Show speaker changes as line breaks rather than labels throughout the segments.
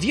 you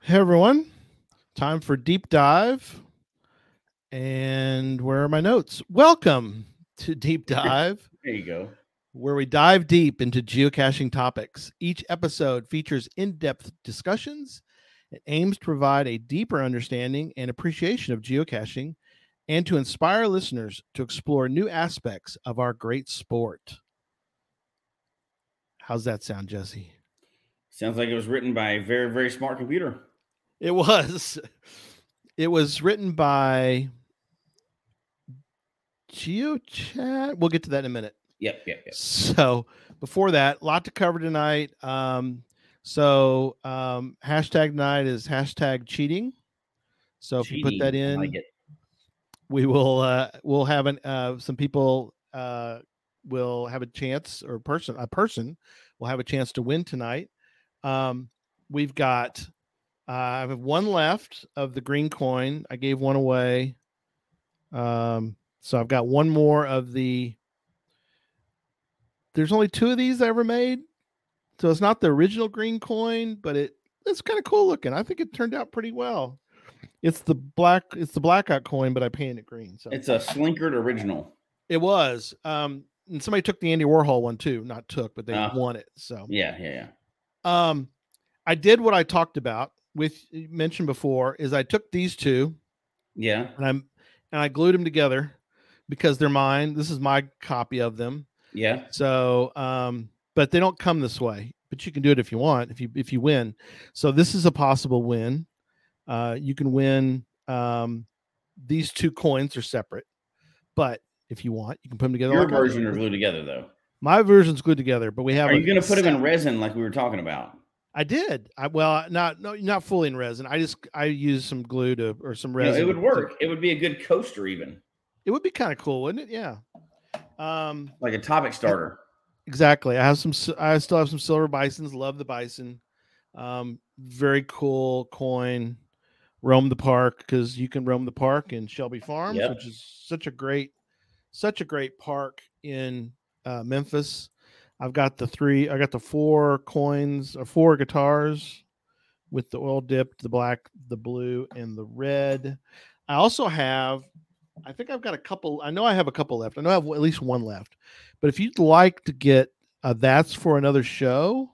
Hey everyone, time for deep dive. And where are my notes? Welcome to Deep Dive,
There you go.
where we dive deep into geocaching topics. Each episode features in depth discussions. It aims to provide a deeper understanding and appreciation of geocaching and to inspire listeners to explore new aspects of our great sport. How's that sound, Jesse?
Sounds like it was written by a very, very smart computer.
It was. It was written by GeoChat. We'll get to that in a minute.
Yep, yep, yep.
So before that, lot to cover tonight. Um, so um, hashtag night is hashtag cheating. So if you put that
Cheating.
in,
I like it.
we will uh, we'll have an uh, some people uh, will have a chance or person a person will have a chance to win tonight. Um, we've got uh, I have one left of the green coin. I gave one away, um, so I've got one more of the. There's only two of these I ever made, so it's not the original green coin, but it it's kind of cool looking. I think it turned out pretty well. It's the black it's the blackout coin, but I painted it green. So
It's a Slinkard original.
it was. Um, and somebody took the Andy Warhol one too. Not took, but they
Ah.
won it. So
Yeah, yeah, yeah.
um, I did what I talked about with mentioned before. Is I took these two
Yeah.
and I'm and I glued them together because they're mine. This is my copy of them.
Yeah.
So, um, but they don't come this way. But you can do it if you want. If you if you win, so this is a possible win. Uh, you can win. Um, these two coins are separate, but if you want, you can put them together.
Your
like I
version
did.
are glued together though.
My version's glued together, but we have.
Are
a
you gonna put them in
set-
resin like we were talking about?
I did. I well, not no, not fully in resin. I just I used some glue to or some
You know,
resin.
it would
to-
work. It would be a good coaster, even
It would be kind of cool, wouldn't it? Yeah. Um.
like a topic starter.
Exactly. I have some. s- I still have some silver bisons. Love the bison. Um, very cool coin. Roam the park because you can roam the park in Shelby Farms,
Yep.
which is such a great, such a great park in uh, Memphis. I've got the three. I got the four coins or four guitars with the oil dipped, the black, the blue, and the red. I also have. I think I've got a couple. I know I have a couple left. I know I have at least one left. But if you'd like to get uh, that's for another show,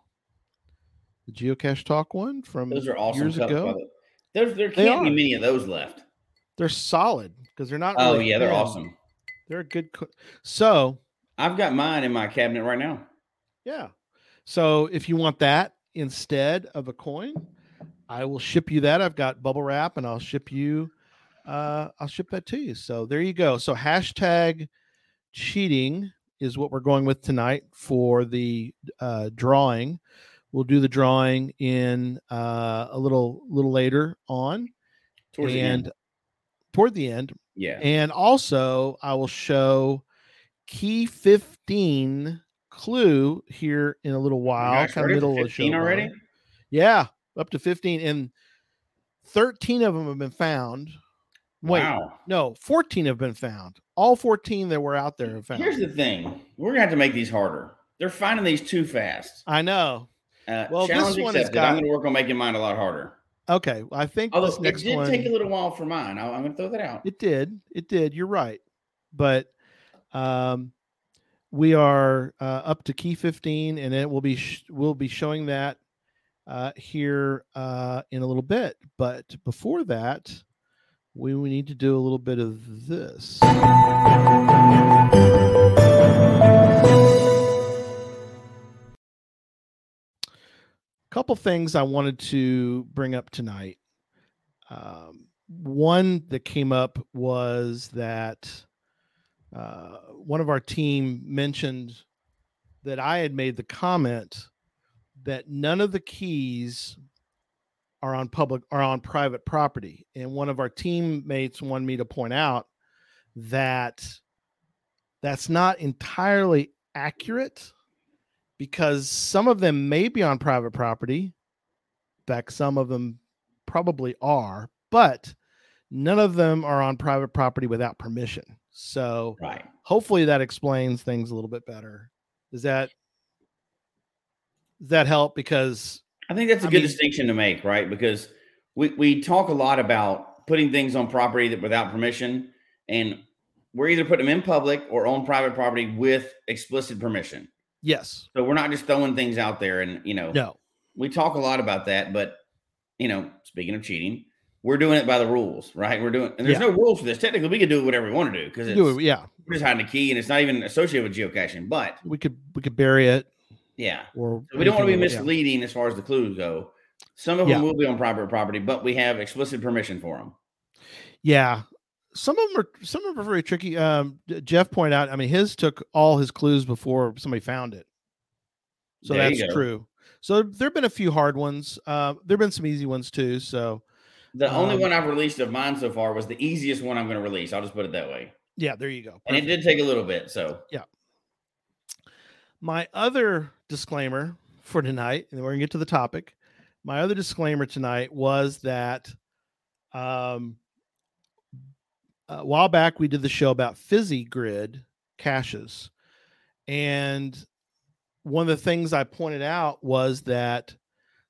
the geocache talk one from
Those are awesome.
years
cups, by
ago,
the- There's, there
They
can't be
are.
many of those left.
they're solid because they're not.
Oh
really
yeah, they're
thin.
awesome.
They're a good. Co- so
I've got mine in my cabinet right now.
yeah, so if you want that instead of a coin, I will ship you that. I've got bubble wrap, and I'll ship you. Uh, I'll ship that to you. So there you go. So hashtag cheating is what we're going with tonight for the uh, drawing. We'll do the drawing in uh, a little little later on,
Towards the
and
end.
toward the end,
Yeah.
and also, I will show key 15 clue here in a little while.
Oh Gosh,
kind
we're
of
at
middle of the show.
15
probably.
already.
Yeah, up to 15. And 13 of them have been found. Wait,
Wow.
no, 14 have been found. All 14 that were out there have found.
Here's the thing: we're gonna have to make these harder. They're finding these too fast.
I know.
Uh,
Well, this
challenge
one has
accepted. I'm
got-
going to work on making mine a lot harder.
Okay. I think
Although
this
it
next
did
one.
take a little while for mine. I, am going to throw that out.
It did. It did. You're right. But um, we are uh, up to key 15, and it will be sh- we'll be showing that uh, here uh, in a little bit. But before that, we, we need to do a little bit of this. Couple things I wanted to bring up tonight. Um, one that came up was that uh, one of our team mentioned that I had made the comment that none of the keys are on public are on private property and one of our teammates wanted me to point out that that's not entirely accurate because some of them may be on private property in fact some of them probably are but none of them are on private property without permission so
Right.
hopefully that explains things a little bit better does that does that help because
I think that's a
I
good
mean-
distinction to make, right? Because we, we talk a lot about putting things on property that without permission, and we're either putting them in public or on private property with explicit permission.
yes
So we're not just throwing things out there, and you know,
no
we talk a lot about that, but you know, speaking of cheating, we're doing it by the rules, right? We're doing, and there's no rules for this. Technically, we can do whatever we want to do because it's
Do it, yeah
we're just hiding a key, and it's not even associated with geocaching. But
we could we could bury it
yeah,
or
So we don't want to be
anything like that.
misleading as far as the clues go. Some of them
Yeah.
will be on private property, but we have explicit permission for them.
Yeah. Some of them are some of them are very tricky. Um, D- Jeff pointed out. I mean, his took all his clues before somebody found it, so
There you
that's
go.
true. So there have been a few hard ones. Uh, there have been some easy ones too. So
The only
Um,
one I've released of mine so far was the easiest one I'm going to release. I'll just put it that way.
yeah, there you go.
And it
Perfect.
did take a little bit. So
My other disclaimer for tonight, and we're gonna get to the topic. My other disclaimer tonight was that um, a while back we did the show about fizzy grid caches, and one of the things I pointed out was that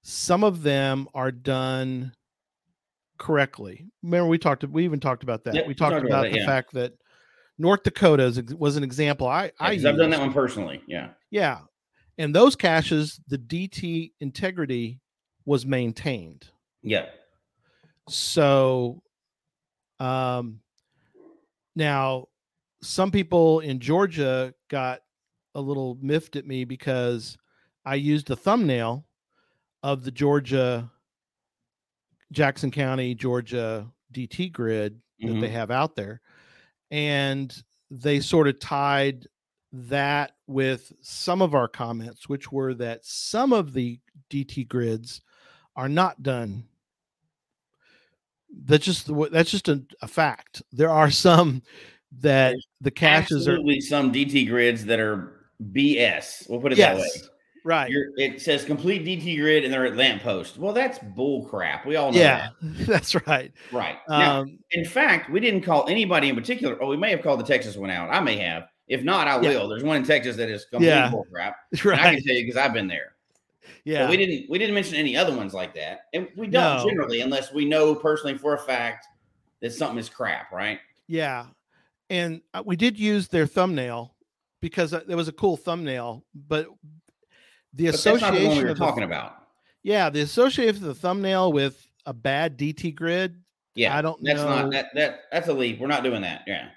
some of them are done correctly. Remember, we talked. We even talked about that.
Yep,
we talked about,
that,
the
yeah.
fact that North Dakota is, was an example. I I
because I've done
used.
that one personally. Yeah.
Yeah. And those caches, the DT integrity was maintained.
Yeah.
So um now some people in Georgia got a little miffed at me because I used the thumbnail of the Georgia Jackson County, Georgia DT grid that they have out there. And they sort of tied that with some of our comments, which were that some of the DT grids are not done. That's just the wa- that's just a, a fact. There are some that the caches are
Absolutely some DT grids that are BS. We'll put it that way.
yes, right.
You're, it says complete DT grid and they're at lamppost. Well, that's bull crap. We all know
Yeah, that's right.
that. Right. Now,
Um,
in fact, we didn't call anybody in particular. Oh, we may have called the Texas one out. I may have. If not, I
Yeah.
will. There's one in Texas that is complete
Yeah.
bull crap. And I
right.
can tell you because I've been there.
Yeah.
But we didn't we didn't mention any other ones like that. And we don't
No.
generally unless we know personally for a fact that something is crap, right?
Yeah. And uh, we did use their thumbnail because uh, there was a cool thumbnail, but the
But that's not the one we
association
were
of the,
talking about.
yeah, the association of the thumbnail with a bad DT grid,
Yeah.
I don't
that's
know.
not that that that's a leap. We're not doing that. Yeah.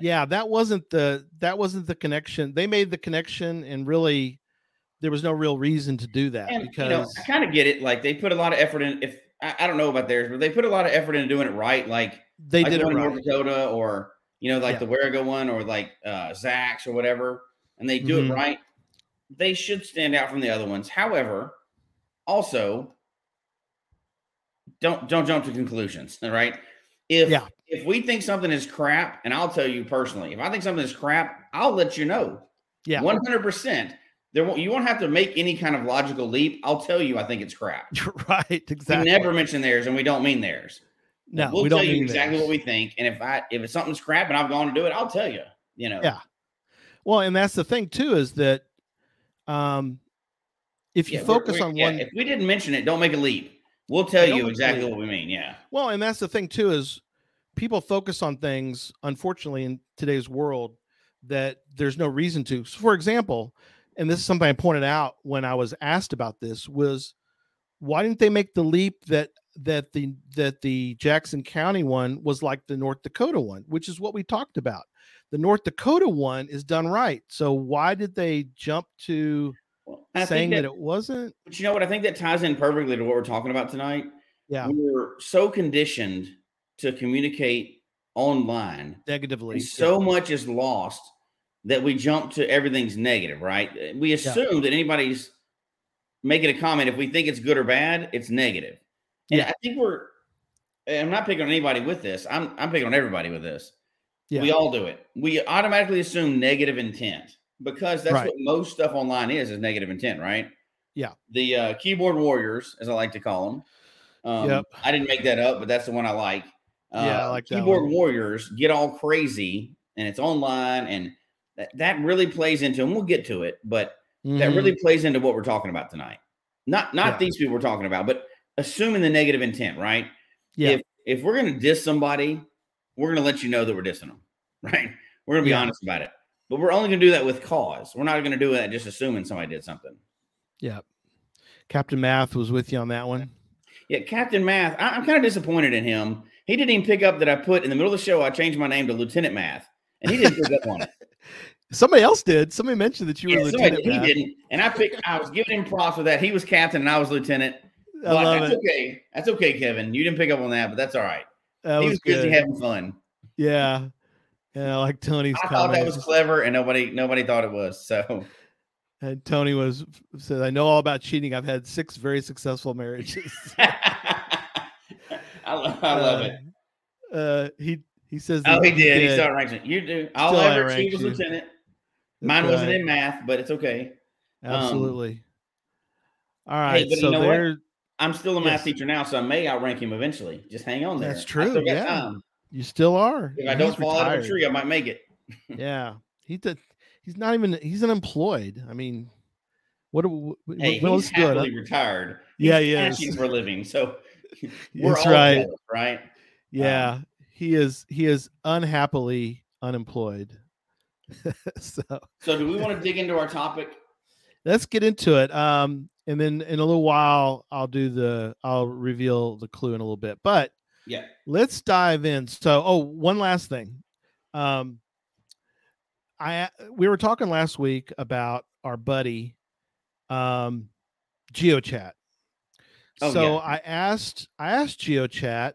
yeah, that wasn't the that wasn't the connection. They made the connection, and really, there was no real reason to do that
And
because
you know, I kind of get it. Like they put a lot of effort in if I, I don't know about theirs, but they put a lot of effort into doing it right. Like
they
like
did
the
it
one in
right.
North Dakota or you know, like
Yeah.
the Warrego one or like uh Zach's or whatever, and they do
Mhm.
it right, they should stand out from the other ones. However, also don't don't jump to conclusions, all right? If
Yeah.
if we think something is crap, and I'll tell you personally, if I think something is crap, I'll let you know.
Yeah.
one hundred percent. There won't, you won't have to make any kind of logical leap. I'll tell you, I think it's crap.
You're right, exactly.
We never mention theirs, and we don't mean theirs
no,
we'll
we don't
tell you
mean
exactly
theirs.
what we think. And if I if it's something's crap and I've gone to do it, I'll tell you. You know,
Yeah. Well, and that's the thing too is that um if you
Yeah, we're-
focus
we're-
on
yeah,
one
If we didn't mention it, don't make a leap. We'll tell
don't
you
make a
exactly
leap.
what we mean. Yeah,
Well, and that's the thing too is people focus on things, unfortunately, in today's world that there's no reason to. So for example, and this is something I pointed out when I was asked about this was why didn't they make the leap that that the that the Jackson County one was like the North Dakota one, which is what we talked about. The North Dakota one is done right. So why did they jump to
Well, I think
saying that, it wasn't?
But you know what? I think that ties in perfectly to what we're talking about tonight.
Yeah.
We're so conditioned to communicate online,
Negatively.
and
yeah.
so much is lost that we jump to everything's negative, right? We assume that anybody's making a comment, if we think it's good or bad, it's negative. And
Yeah.
I think we're, and I'm not picking on anybody with this, I'm, I'm picking on everybody with this.
yeah.
We all do it. We automatically assume negative intent because that's
Right.
what most stuff online is is negative intent, right?
Yeah.
The uh, keyboard warriors, as I like to call them. Um,
Yep.
I didn't make that up, but that's the one I like. Uh,
Yeah, I like that
keyboard
one.
warriors get all crazy, and it's online, and that, that really plays into. And we'll get to it, but that
Mhm.
really plays into what we're talking about tonight. Not not
Yeah.
these people we're talking about, but assuming the negative intent, right?
Yeah.
If if we're gonna diss somebody, we're gonna let you know that we're dissing them, right? We're gonna be
Yeah.
honest about it. But we're only gonna do that with cause. We're not gonna do that just assuming somebody did something.
Yeah. Captain Math was with you on that one.
Yeah, Captain Math, I, am kind of disappointed in him. He didn't even pick up that I put in the middle of the show. I changed my name to Lieutenant Math, and he didn't pick up on it.
Somebody else did. Somebody mentioned that you
Yeah,
were
somebody-
Lieutenant
he
Math.
didn't, and I picked. I was giving him props for that. He was captain, and I was lieutenant.
I
Well,
love
that's
it.
okay. That's okay, Kevin. You didn't pick up on that, but that's all right.
That
he
was,
was
good.
busy having fun.
yeah. Yeah, I like Tony's
I thought
comments.
that was clever, and nobody nobody thought it was. So
And Tony was said, "I know all about cheating. I've had six very successful marriages."
I, lo- I love it.
Uh, uh, he he says,
Oh,
that
he did. He still ranks it. You do. All
Still
I ever
outranks
achieved was
you.
lieutenant.
That's
Mine wasn't
right.
in math, but it's okay.
Absolutely. all right,
but you
so
know what?
there
I'm still a math
Yes.
teacher now, so I may outrank him eventually. Just hang on there.
That's
I
true,
still got
yeah.
time.
you still are.
If I
and
don't
he's
fall out of a
retired.
tree, I might make it.
yeah, he did. He's not even. He's unemployed. I mean, what? do- what, what
Hey,
what
he's
else good?
happily retired.
Yeah, he
he's
is.
cashing for a living. So we're
That's
all
right.
jealous, right?
Yeah, he is. He is unhappily unemployed. so
So do we want to dig into our topic?
let's get into it. Um, and then in a little while, I'll do the. I'll reveal the clue in a little bit. But
Yeah.
let's dive in. So, oh, one last thing. Um, I we were talking last week about our buddy, um, GeoChat.
Oh,
so
yeah.
I asked I asked GeoChat,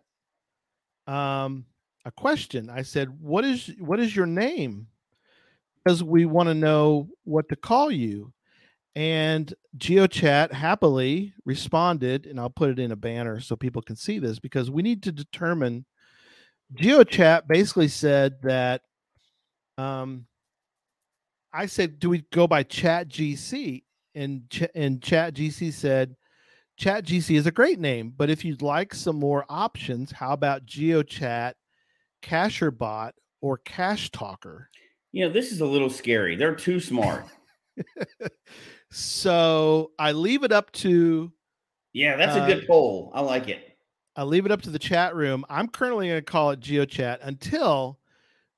um, a question. I said, "What is what is your name?" Because we want to know what to call you. And GeoChat happily responded, and I'll put it in a banner so people can see this because we need to determine. GeoChat basically said that um, I said, do we go by ChatGC? And, Ch- and ChatGC said, ChatGC is a great name, but if you'd like some more options, how about GeoChat, CasherBot, or Cash Talker?
You know, this is a little scary. They're too smart.
So I leave it up to
Yeah, that's a
Uh,
good poll. I like it.
I leave it up to the chat room. I'm currently going to call it GeoChat until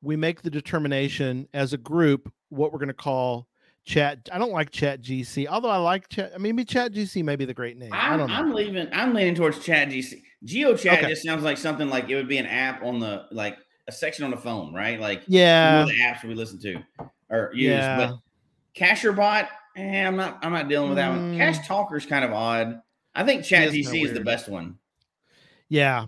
we make the determination as a group what we're going to call chat. I don't like chat GC, although I like chat. I mean, maybe chat GC may be the great name. I
I'm,
don't know.
I'm leaving. I'm leaning towards Chat GC. GeoChat
Okay.
just sounds like something like it would be an app on the like a section on the phone, right? Like
yeah.
one of the apps we listen to or use.
yeah.
But CasherBot, eh, I'm not. I'm not dealing with that one.
Mm.
Cash Talker's kind of odd. I think Chat
is kinda
GC is the
weird.
best one.
Yeah.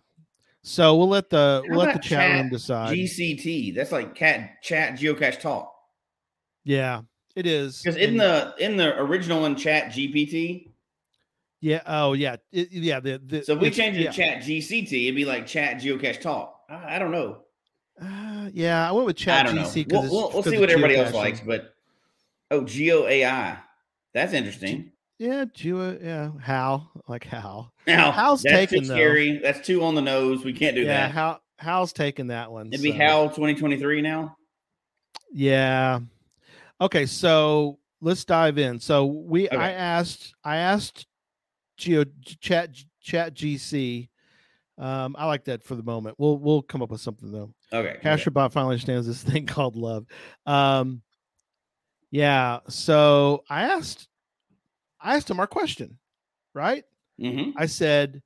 So we'll let the
How
we'll let the
about
chat, room
Chat
decide.
GCT. That's like Cat Chat Geocache Talk.
yeah, it is.
Because in
and-
the in the original one, Chat GPT.
yeah, oh yeah, it- yeah. The, the,
So if we
it's-
change it
yeah.
to Chat GCT, it'd be like Chat Geocache Talk. I, I don't know.
Uh, yeah, I went with
I
chat
don't know.
GC
We'll,
it's-
we'll, we'll
'cause
see
of
what everybody else
geocaching.
likes, but oh, Geo AI. That's interesting.
Yeah, Geo. Yeah, how like how?
Now
How's
that's
taken,
too
though.
scary. That's too on the nose. We can't do
yeah,
that.
how how's taking that one?
It'd be
so-
Hal 2023 now.
Yeah. Okay, so let's dive in. So we I
Okay.
asked I asked Geo Chat Chat GC. Um, I like that for the moment. We'll we'll come up with something though.
Okay. okay.
Casherbot finally understands this thing called love. Um, yeah. So I asked, I asked him our question, right?
Mm-hmm.
I said,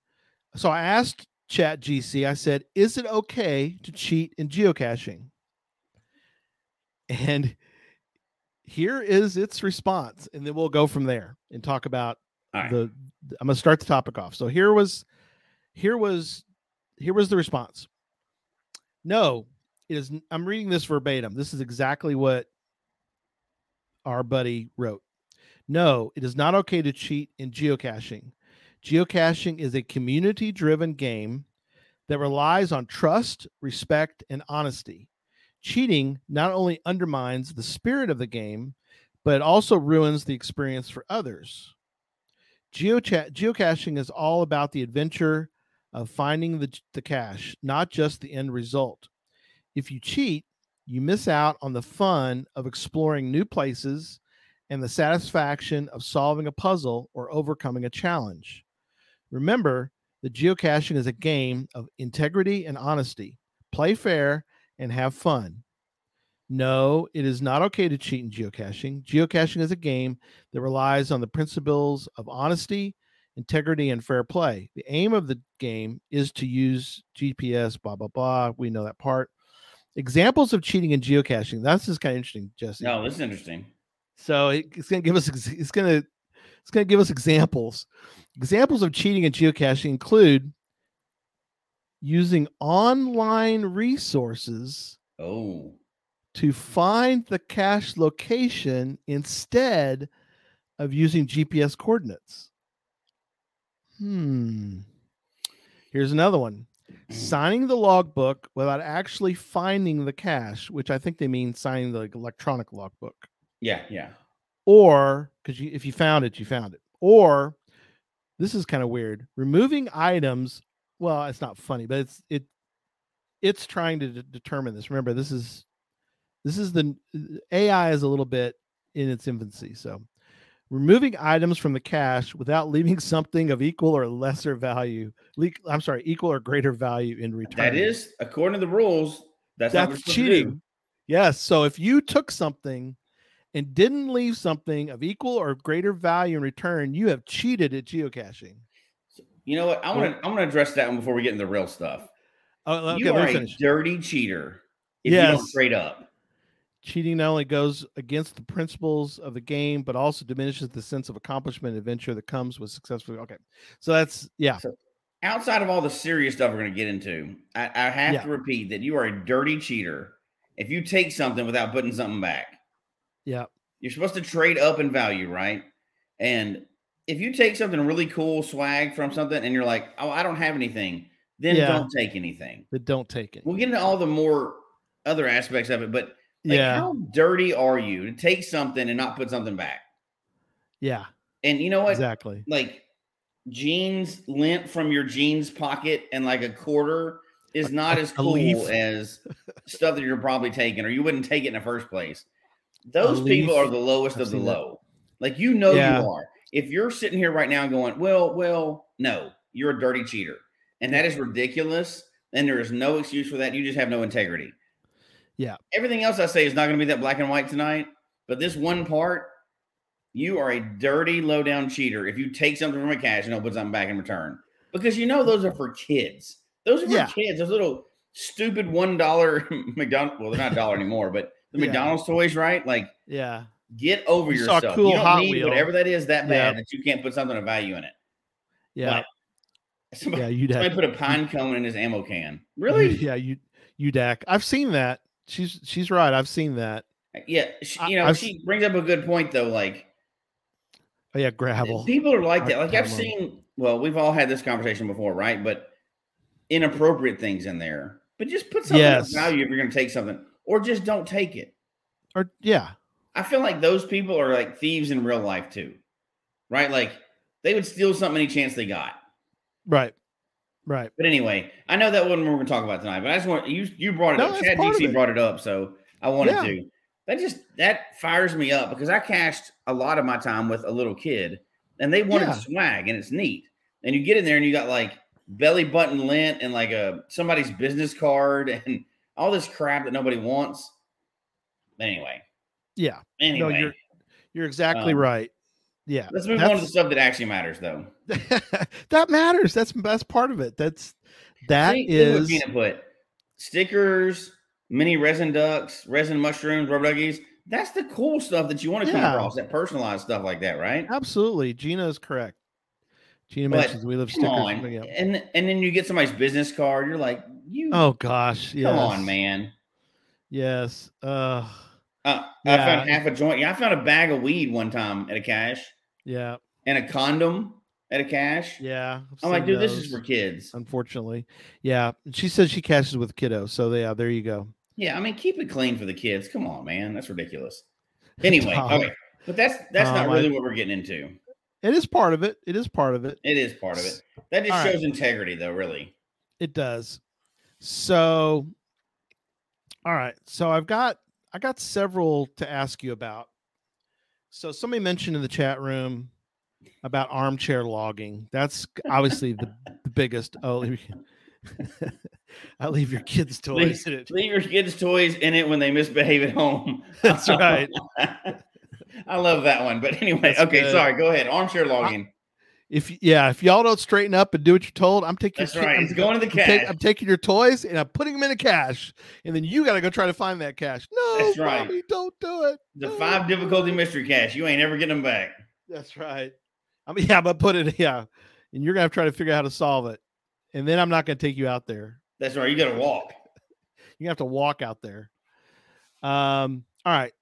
so I asked Chat GC, I said, is it okay to cheat in geocaching? And here is its response, and then we'll go from there and talk about
All right.
the the- I'm gonna start the topic off. So here was here was here was the response. No, it is n- I'm reading this verbatim. This is exactly what our buddy wrote. No, it is not okay to cheat in geocaching. Geocaching is a community driven game that relies on trust, respect, and honesty. Cheating not only undermines the spirit of the game, but it also ruins the experience for others. Geocha- geocaching is all about the adventure of finding the, the cache, not just the end result. If you cheat, you miss out on the fun of exploring new places and the satisfaction of solving a puzzle or overcoming a challenge. Remember that geocaching is a game of integrity and honesty. Play fair and have fun. No, it is not okay to cheat in geocaching. Geocaching is a game that relies on the principles of honesty, integrity, and fair play. The aim of the game is to use GPS, blah, blah, blah. We know that part. Examples of cheating in geocaching. This is kind of interesting, Jesse.
No, this is interesting.
So it- it's going to give us ex- it's going to it's going to give us examples. Examples of cheating and geocaching include using online resources
Oh,
to find the cache location instead of using GPS coordinates. Hmm. Here's another one. Signing the logbook without actually finding the cache, which I think they mean signing the like, electronic logbook
yeah, yeah.
or because you, if you found it, you found it. Or this is kind of weird. Removing items. Well, it's not funny, but it's it it's trying to de- determine this. Remember, this is this is the AI is a little bit in its infancy. So, removing items from the cache without leaving something of equal or lesser value. Le- I'm sorry, equal or greater value in return.
That is according to the rules. That's, not what
That's
we're supposed to do.
cheating. Yes. So if you took something and didn't leave something of equal or greater value in return, you have cheated at geocaching.
You know what? I want to I want to address that one before we get into the real stuff.
Oh, okay,
you
let
are
me
a
finish.
dirty cheater if you don't
Yes.
trade up.
Cheating not only goes against the principles of the game, but also diminishes the sense of accomplishment and adventure that comes with successful. Okay. So that's, yeah.
Outside of all the serious stuff we're going to get into, I, I have
Yeah.
to repeat that you are a dirty cheater if you take something without putting something back.
Yeah.
You're supposed to trade up in value, right? And if you take something really cool swag from something and you're like, oh, I don't have anything, then
Yeah.
don't take anything.
But don't take it.
We'll get into all the more other aspects of it, but like,
yeah.
how dirty are you to take something and not put something back?
yeah.
And you know what?
Exactly.
Like jeans lint from your jeans pocket and like a quarter is not
a-
as
a
cool
leaf.
as stuff that you're probably taking, or you wouldn't take it in the first place. Those people
leaf.
are the lowest
I've
of the
seen that.
low. Like you know
Yeah.
you are. If you're sitting here right now going, well, well, no, you're a dirty cheater, and that is ridiculous. And there is no excuse for that. You just have no integrity.
Yeah.
Everything else I say is not going to be that black and white tonight, but this one part, you are a dirty, low down cheater if you take something from a cash and don't put something back in return. Because you know those are for kids. Those are for
Yeah.
kids. Those little stupid one dollar McDonald's. Well, they're not a dollar anymore, but the
Yeah.
McDonald's toys, right? Like
Yeah.
get over
You saw a
yourself.
cool
you don't
Hot
need
Wheel.
whatever that is that
Yeah.
bad that you can't put something of value in it.
Yeah.
Somebody,
yeah. You'd
somebody
have.
put a pine cone in his ammo can. Really?
Yeah. You, you Dak. I've seen that. She's, she's right. I've seen that.
Yeah. She,
I-
you know,
I've-
she brings up a good point though. Like
Oh, yeah. Gravel.
People are like
Our
that. Like I've
demo.
seen. Well, we've all had this conversation before, right? But inappropriate things in there. But just put something of
Yes.
value if you're going to take something, or just don't take it.
Or, yeah.
I feel like those people are like thieves in real life too, right? Like they would steal something any chance they got.
Right. Right.
But anyway, I know that wasn't what we're going to talk about tonight. But I just want you. You brought it
No,
up.
that's
Chad
part of
DC
it.
brought it up, so I wanted
Yeah.
to. That just that fires me up because I cashed a lot of my time with a little kid, and they wanted
Yeah.
swag, and it's neat. And you get in there, and you got like belly button lint and like a somebody's business card and all this crap that nobody wants. But anyway,
Yeah. No,
anyway,
you're you're exactly
Um,
right. yeah.
Let's move on to the
that's-
stuff that actually matters, though.
that matters. That's that's part of it. That's that
See, look what
is
peanut put stickers, mini resin ducks, resin mushrooms, rubber duckies. That's the cool stuff that you want to come
Yeah.
across. That personalized stuff like that, right?
absolutely. Gina is correct. Gina
But
mentions we live
Come
stickers.
on,
Yeah.
and and then you get somebody's business card. You're like, you
Oh gosh, yes.
come on, man.
Yes. Uh
Uh, I
Yeah.
found half a joint. Yeah, I found a bag of weed one time at a cash
yeah,
and a condom at a cash.
yeah. I've
I'm like,
seen
dude, this is
those,
for kids.
unfortunately. Yeah. She says she cashes with kiddo. So yeah, there you go.
Yeah, I mean, keep it clean for the kids. Come on, man, that's ridiculous. Anyway,
Tom.
okay, but that's that's not
Tom, I-
really what we're getting into.
It is part of it. It is part of it.
It is part of it. That just
All right.
shows integrity, though. Really,
It does. So, all right. So I've got I got several to ask you about. So somebody mentioned in the chat room about armchair logging. That's obviously the, the biggest. Oh, leave your- I leave your kids' toys. in it.
leave your kids' toys in it when they misbehave at home.
That's right.
I love that one. But anyway,
That's
okay,
good.
sorry. Go ahead. Armchair logging.
If y- yeah, if y'all don't straighten up and do what you're told, I'm taking. your
That's
kid-
right.
I'm
It's
go-
going to the
I'm, take-
cash.
I'm taking your toys and I'm putting them in a cache, and then you got to go try to find that cache. No,
That's right.
Bobby, don't do it.
The
no.
five difficulty mystery cash. You ain't ever getting them back.
That's right. I mean, yeah, but put it, yeah. And you're gonna have to try to figure out how to solve it. And then I'm not gonna take you out there.
That's right. You got to walk.
You have to walk out there. Um, all right.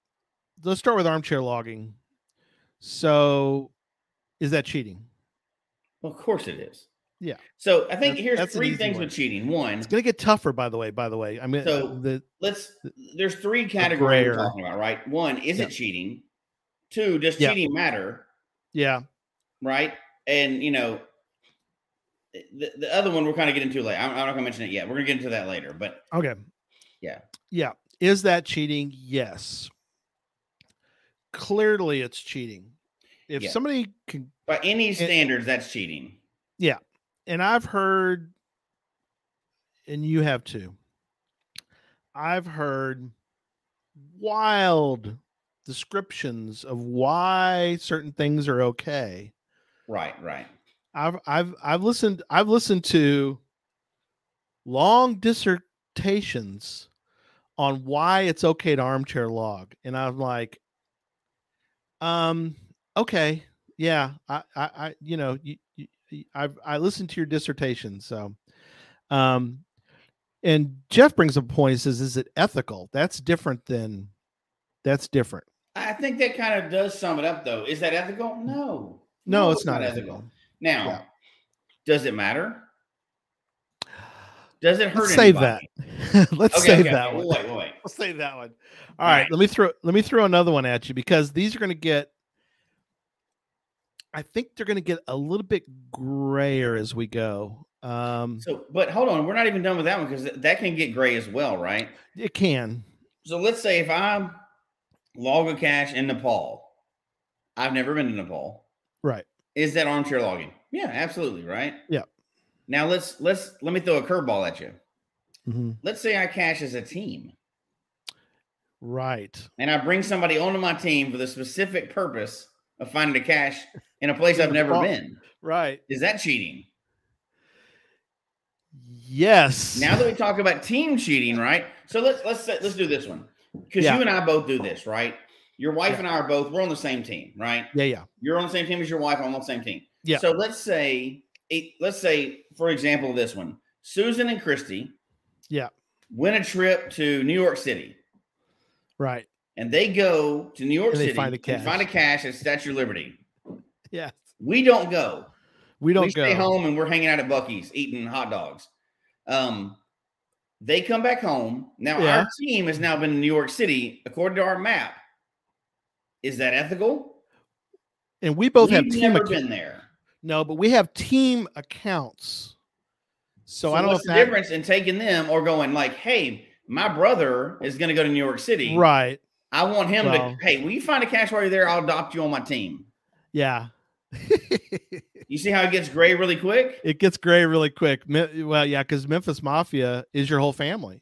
Let's start with armchair logging. So is that cheating?
Well, of course it is.
Yeah.
So I think
That's-
here's
that's an
three
easy
things
one.
with cheating. One,
It's gonna get tougher, by the way, by the way. I mean uh,
So-
the
let's there's three categories we're
grayer.
talking about, right? One, is
Yeah.
it cheating? Two, does
Yeah.
cheating matter?
yeah,
right? And you know, the, the other one we're kind of getting to late. I'm, I'm not gonna mention it yet. We're gonna get into that later. But
okay.
Yeah.
Yeah. Is that cheating? Yes. Clearly it's cheating. If
Yeah.
somebody can
by any standards, that's cheating.
and I've heard, and you have too. I've heard wild descriptions of why certain things are okay.
Right, right.
I've I've I've listened I've listened to long dissertations on why it's okay to armchair log, and I'm like, um, okay, yeah, I I, I you know you, you you- I've I listened to your dissertation, so, um, and Jeff brings up a point. He says, is it ethical? That's different than that's different.
I think that kind of does sum it up, though. Is that ethical? No,
No, it's not ethical.
Now,
Yeah.
does it matter? Does it hurt?
Let's save
anybody?
that. Let's
Okay,
save
okay,
that
okay,
one.
we'll Wait, we'll wait.
I'll save that one. All
All
right,
right.
let me throw let me throw another one at you because these are going to get I think they're going to get a little bit grayer as we go. Um
So, but hold on, we're not even done with that one because that can get gray as well, right?
it can.
So let's say if I'm log a cash in Nepal, I've never been to Nepal.
Right.
Is that armchair logging? Yeah, absolutely, right?
Yeah.
Now let's let's let me throw a curveball at you.
Mhm.
Let's say I cash as a team
Right.
and I bring somebody onto my team for the specific purpose of finding a cash in a place
In
I've never
Nepal.
been.
Right.
Is that cheating?
Yes.
Now that we talk about team cheating, right? So let's let's say- let's do this one. Because
Yeah.
you and I both do this, right? Your wife
Yeah.
and I are both we're on the same team, right?
yeah, yeah.
you're on the same team as your wife. I'm on the same team.
Yeah.
So let's say, it, let's say, for example, this one, Susan and Christy.
Yeah.
Win a trip to New York City,
Right.
and they go to New York
And they
City
find a
and find a cash at Statue of Liberty.
Yeah.
We don't go.
We don't
we
go.
stay home and we're hanging out at Bucky's eating hot dogs. Um, they come back home. Now
Yeah.
our team has now been in New York City according to our map. Is that ethical?
And we both have
We've
team
never
accounts.
been there.
No, but we have team accounts. So, I don't know
what's
if
the
that
difference in taking them or going like, hey, my brother is going to go to New York City.
Right.
I want him
Well-
to. Hey, will you find a cash while you're there? I'll adopt you on my team.
Yeah.
You see how it gets gray really quick?
it gets gray really quick. Me- Well, yeah, because Memphis Mafia is your whole family.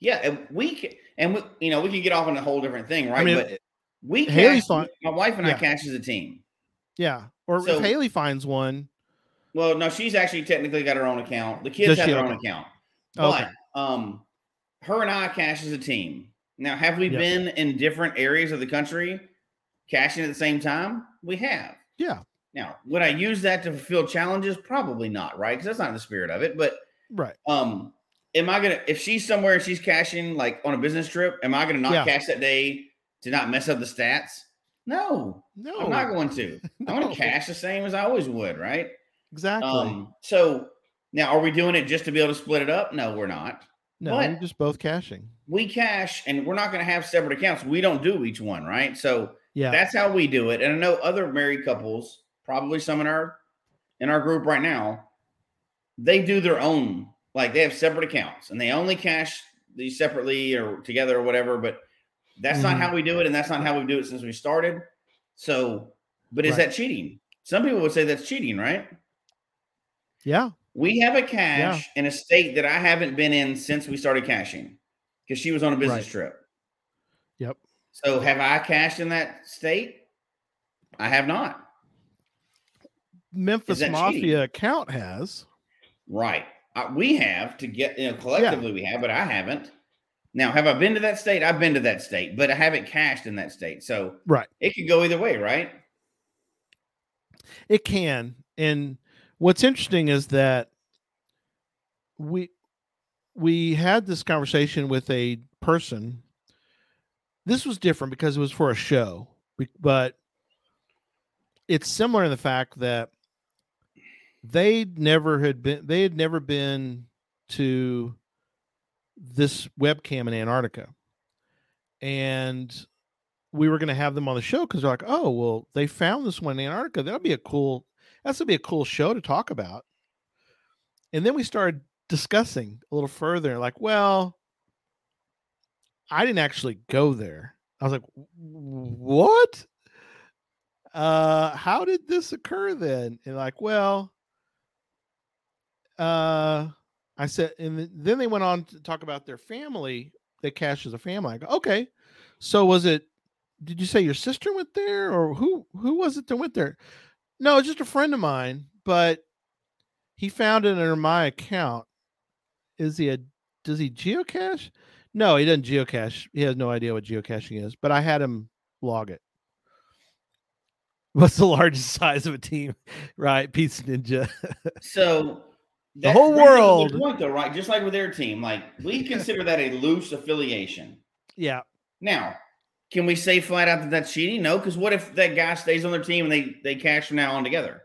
Yeah, and we can, and we, you know we can get off on a whole different thing, right?
mean,
but We
Haley
cash,
thought-
my wife and I
yeah.
cash as a team.
Yeah. Or
So-
if Haley finds one,
Well, no, she's actually technically got her own account. The kids
Does
have
she?
their own
Okay.
account. But
Okay.
um her and I cash as a team. Now, have we
Yeah.
been in different areas of the country cashing at the same time? We have.
yeah,
Now, would I use that to fulfill challenges? Probably not, right? Because that's not the spirit of it. But
right.
um, am I gonna if she's somewhere and she's cashing like on a business trip, am I gonna not
Yeah.
cash that day to not mess up the stats? No,
No,
I'm not going to. I'm
No.
gonna cash the same as I always would, right?
exactly.
Um, so now are we doing it just to be able to split it up? No, we're not.
no,
but-
you're just both cashing.
We cash and we're not gonna have separate accounts. We don't do each one, right? So
Yeah,
that's how we do it. And I know other married couples, probably some in our in our group right now, they do their own. Like they have separate accounts and they only cash these separately or together or whatever. But that's
Mhm.
not how we do it, and that's not how we do it since we started. So, but is
Right.
that cheating? Some people would say that's cheating, right?
yeah,
We have a cash in a state that I haven't been in since we started cashing because she was on a business
Right.
trip.
Yep.
So have I cashed in that state? I have not.
Memphis
that
Mafia
cheating?
account has.
Right. I, we have to get, you know, collectively we have, but I haven't. Now, have I been to that state? I've been to that state, but I haven't cashed in that state. So
Right.
it could go either way, right?
It can. And what's interesting is that we we had this conversation with a person. This was different because it was for a show, be- but it's similar in the fact that they never had been they had never been to this webcam in Antarctica. And we were going to have them on the show because they're like, oh, well, they found this one in Antarctica. That'll be a cool, that's going to be a cool show to talk about. And then we started discussing a little further, like, well, I didn't actually go there. I was like, "Wh- what? Uh, how did this occur then? And like, well, uh, I said, and th- then they went on to talk about their family. They cashed as a family. I go, okay. So was it did you say your sister went there or who who was it that went there no it's just a friend of mine but he found it under my account is he a does he geocache no he doesn't geocache he has no idea what geocaching is but i had him log it what's the largest size of a team right peace ninja
So
The whole
brings up a good
world.
point though, right? Just like with their team, like we consider that a loose affiliation.
yeah
Now, can we say flat out that that's cheating? No, because what if that guy stays on their team and they they cash from now on together?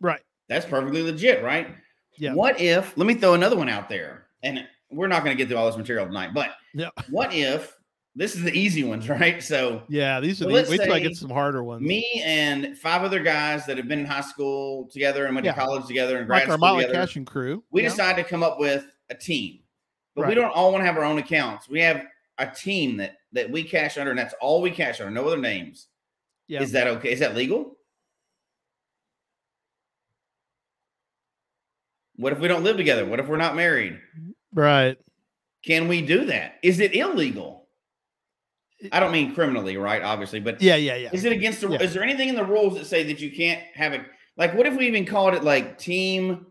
right
That's perfectly legit, right?
Yeah.
What if? Let me throw another one out there, and we're not going to get through all this material tonight. But
Yeah.
what if this is the easy ones, right? So
yeah these are
Well,
the
let's
wait till i
say
get some harder ones
me and five other guys that have been in high school together and went
Yeah.
to college together and grad
like our
school
molly
together.
caching crew
we
yeah.
decided to come up with a team but we
Right.
don't all want to have our own accounts we have a team that that we cash under and that's all we cash under no other names
Yeah.
is that okay is that legal what if we don't live together what if we're not married
right
can we do that is it illegal i don't mean criminally right obviously but
yeah yeah yeah
is it against the?
Yeah.
Is there anything in the rules that say that you can't have a like? What if we even called it like team,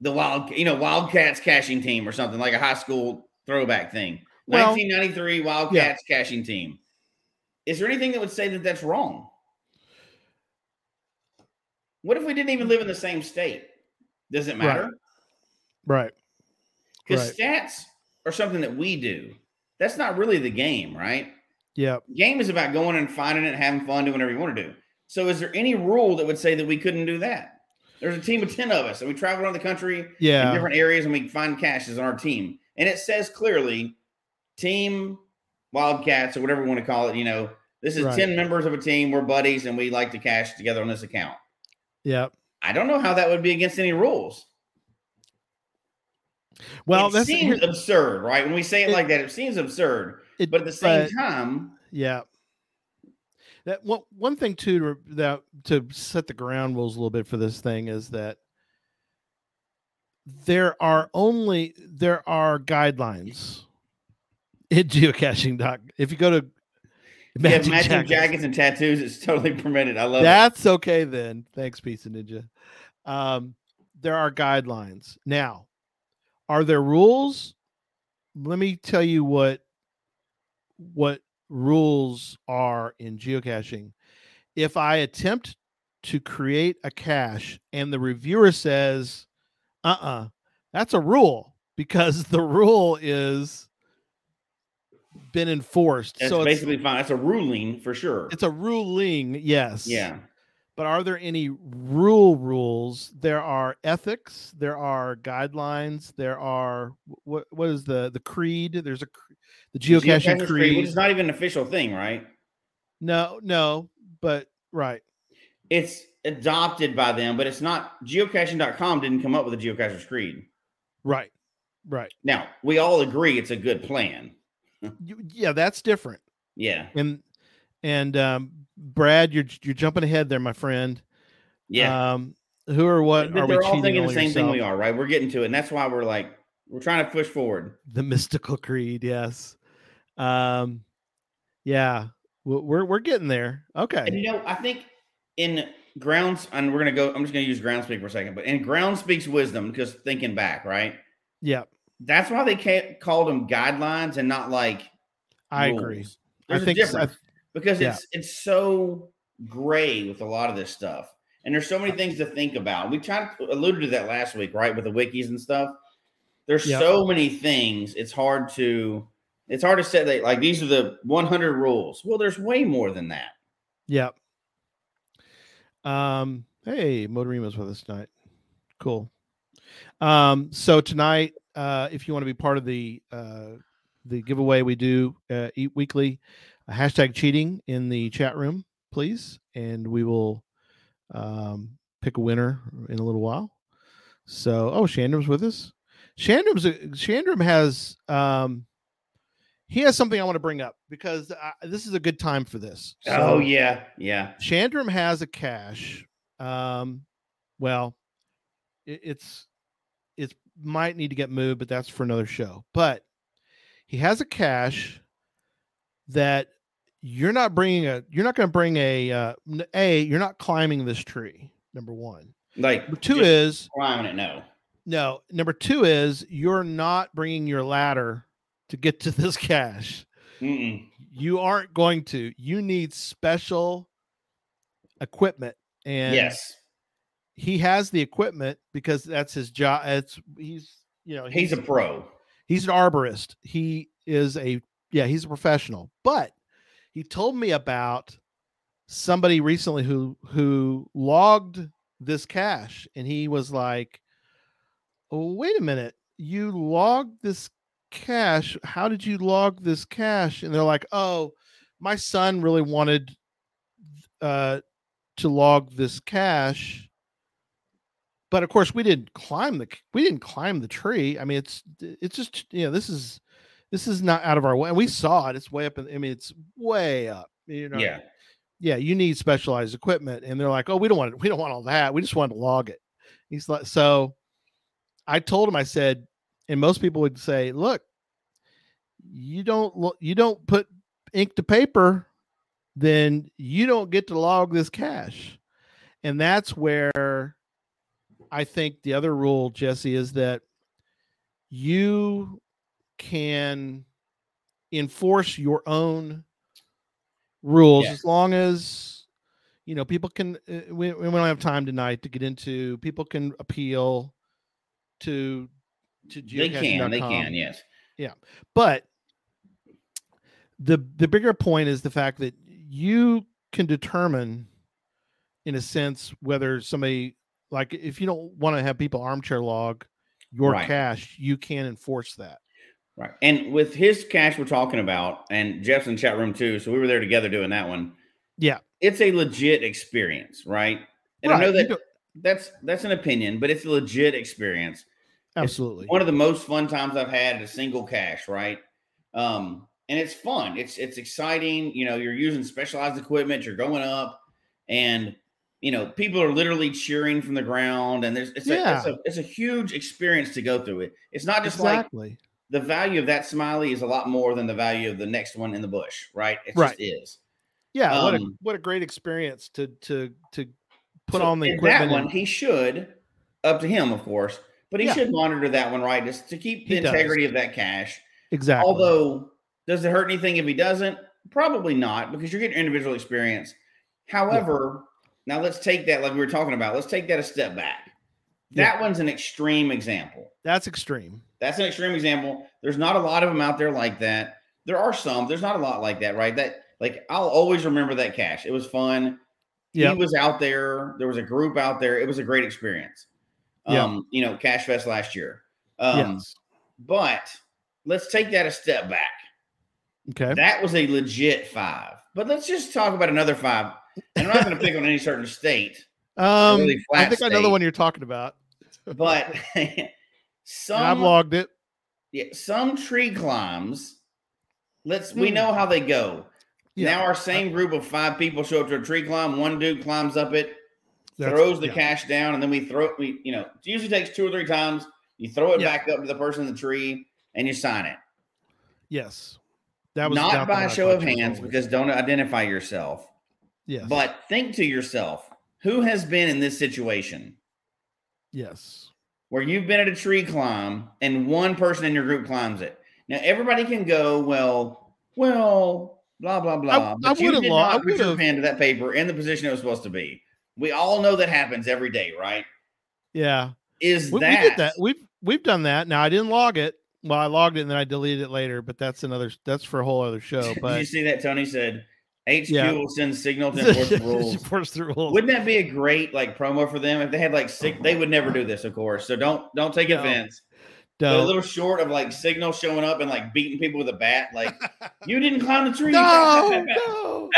the wild, you know, Wildcats cashing team or something like a high school throwback thing?
Well,
1993 Wildcats cashing team. Is there anything that would say that that's wrong? What if we didn't even live in the same state? Does it
Right.
matter?
right
Because stats are something that we do. That's not really the game, right?
yeah
game is about going and finding it, having fun, doing whatever you want to do. So, is there any rule that would say that we couldn't do that? There's a team of ten of us, and we travel around the country
yeah
in different areas, and we find caches on our team. And it says clearly, team Wildcats or whatever we want to call it. You know, this is
Right.
ten members of a team. We're buddies, and we like to cash together on this account.
yeah
I don't know how that would be against any rules.
Well,
it
that's
seems
here-
absurd, right? When we say it,
It-
like that, it seems absurd.
it-
But at the same
but,
time,
yeah. That one one thing too to, re- that to set the ground rules a little bit for this thing is that there are only there are guidelines in geocaching doc. If you go to
yeah, matching jackets. jackets and tattoos is totally permitted. I love
That's okay then. Thanks, Pizza Ninja. Um, there are guidelines. Now, are there rules? Let me tell you what what rules are in geocaching. If I attempt to create a cache and the reviewer says, uh-uh, that's a rule because the rule is been enforced.
That's
so it's-
basically fine. That's a ruling for sure.
it's a ruling, yes.
yeah.
But are there any rule rules? There are ethics, there are guidelines, there are what what is the the creed? There's a cr- the geocaching,
Geocaching
creed.
which is not even an official thing, right?
No, no, but right.
It's adopted by them, but it's not geocaching.com didn't come up with a geocacher's creed.
Right. Right.
Now, we all agree it's a good plan.
You, yeah, that's different.
Yeah.
And and um Brad, you're you're jumping ahead there, my friend.
Yeah.
Um who or what are we
They're all
cheating
thinking
on
the same thing we
yourself?
are, right? We're getting to it. And that's why we're like, we're trying to push forward.
The mystical creed, yes. Um yeah, we're we're, we're getting there.
And
Okay.
you know, I think in grounds, and we're gonna go, I'm just gonna use ground speak for a second, but in ground speaks wisdom, because thinking back, right?
Yeah,
That's why they can't called them guidelines and not like
I
rules.
agree.
There's
I
a
think s- I-
difference because
yeah.
it's it's so gray with a lot of this stuff, and there's so many things to think about. We tried to alluded to that last week, right, with the wikis and stuff. There's
Yeah.
so many things. It's hard to it's hard to set that like these are the 100 rules. Well, there's way more than that.
Yeah. Um. Hey, Motorimo's with us tonight. Cool. Um. So tonight, uh, if you want to be part of the uh, the giveaway we do uh, eat weekly, uh, hashtag cheating in the chat room, please, and we will um, pick a winner in a little while. So, oh, Shandram's with us. Shandram's a- Shandram has um, he has something I want to bring up because I, this is a good time for this. So-
oh yeah, yeah.
Chandram has a cache. Um, well, it, it's it's might need to get moved, but that's for another show. But he has a cache that you're not bringing a you're not going to bring a uh, n- a you're not climbing this tree. Number one.
Like
Number two
just
is
climbing it. No,
no. Number two is you're not bringing your ladder to get to this cache
Mm-mm.
you aren't going to you need special equipment and
yes,
he has the equipment because that's his job it's he's you know
he's a pro.
he's an arborist he is a yeah he's a professional but he told me about somebody recently who who logged this cache and he was like oh, wait a minute you logged this cache how did you log this cache and they're like oh my son really wanted uh to log this cache but of course we didn't climb the c- we didn't climb the tree i mean it's it's just you know this is this is not out of our way and we saw it it's way up in, i mean it's way up you know
Yeah,
yeah, you need specialized equipment. And they're like, oh, we don't want we don't want all that. We just want to log it. He's like, so I told him, I said, and most people would say, look, you don't lo- you don't put ink to paper, then you don't get to log this cache. And that's where I think the other rule, Jesse, is that you can enforce your own rules
Yeah.
as long as you know people can uh, we, we don't have time tonight to get into people can appeal to to
they can. They
geocaching.com.
can. Yes.
but the the bigger point is the fact that you can determine in a sense whether somebody like if you don't want to have people armchair log your
Right.
cash you can enforce that
Right. And with his cash we're talking about, and Jeff's in chat room too, so we were there together doing that one.
Yeah.
It's a legit experience, right? And I
Right,
know
you
that
don't-
that's that's an opinion, but it's a legit experience.
absolutely
One of the most fun times I've had at a single cash, right? Um, and it's fun. It's it's exciting. You know, you're using specialized equipment. You're going up, and you know, people are literally cheering from the ground. And there's it's, a,
Yeah.
it's a it's a huge experience to go through. It it's not just like
exactly
the value of that smiley is a lot more than the value of the next one in the bush, right? It
Right.
just is.
Yeah, what a
Um,
what a great experience to to to put
So
on the
in
equipment.
That one
and-
he should, up to him, of course, but he
Yeah.
should monitor that one right just to keep the
He does.
integrity of that cash.
exactly.
Although, does it hurt anything if he doesn't? Probably not, because you're getting individual experience. However, now let's take that, like we were talking about, let's take that a step back.
Yeah.
That one's an extreme example.
that's extreme.
That's an extreme example. There's not a lot of them out there like that. There are some. There's not a lot like that, right? That like I'll always remember that cash. It was fun.
Yeah.
He was out there. There was a group out there. It was a great experience.
Yeah.
Um, you know, Cash Fest last year. Um,
yes.
but let's take that a step back.
Okay.
That was a legit five. But let's just talk about another five. And I'm not going to pick on any certain state,
Um,
really
I
flat
think I know the
state.
one you're talking about.
but
And I've
some
logged it.
Yeah, some tree climbs. Let's we
Hmm.
know how they go.
Yeah. Uh,
Now our same group of five people show up to a tree climb. One dude climbs up it,
That's-
throws the
yeah.
cash down, and then we throw it. We you know it usually takes two or three times. You throw it
Yeah.
back up to the person in the tree, and you sign it.
Yes. That was
Not
about the
by
one
a
I
show
thought
of
you was
hands
going with.
because don't identify yourself.
yes.
But think to yourself, who has been in this situation
yes.
where you've been at a tree climb and one person in your group climbs it? Now everybody can go well, well, blah blah blah.
I
but you
would've
did
lo- I
not put your
would've-
hand to that paper in the position it was supposed to be. We all know that happens every day, right?
Yeah.
Is
We, we
that,
did that. We've we've done that. Now I didn't log it. Well, I logged it and then I deleted it later, but that's another that's for a whole other show.
Did you
But
see that Tony said HQ
Yeah.
will send signal to enforce the rules?
Enforce the rules.
Wouldn't that be a great like promo for them if they had like six? They would never do this, of course. So don't don't take
No.
offense. But a
Don't.
little short of like signal showing up and like beating people with a bat. Like you didn't climb the tree.
no, no.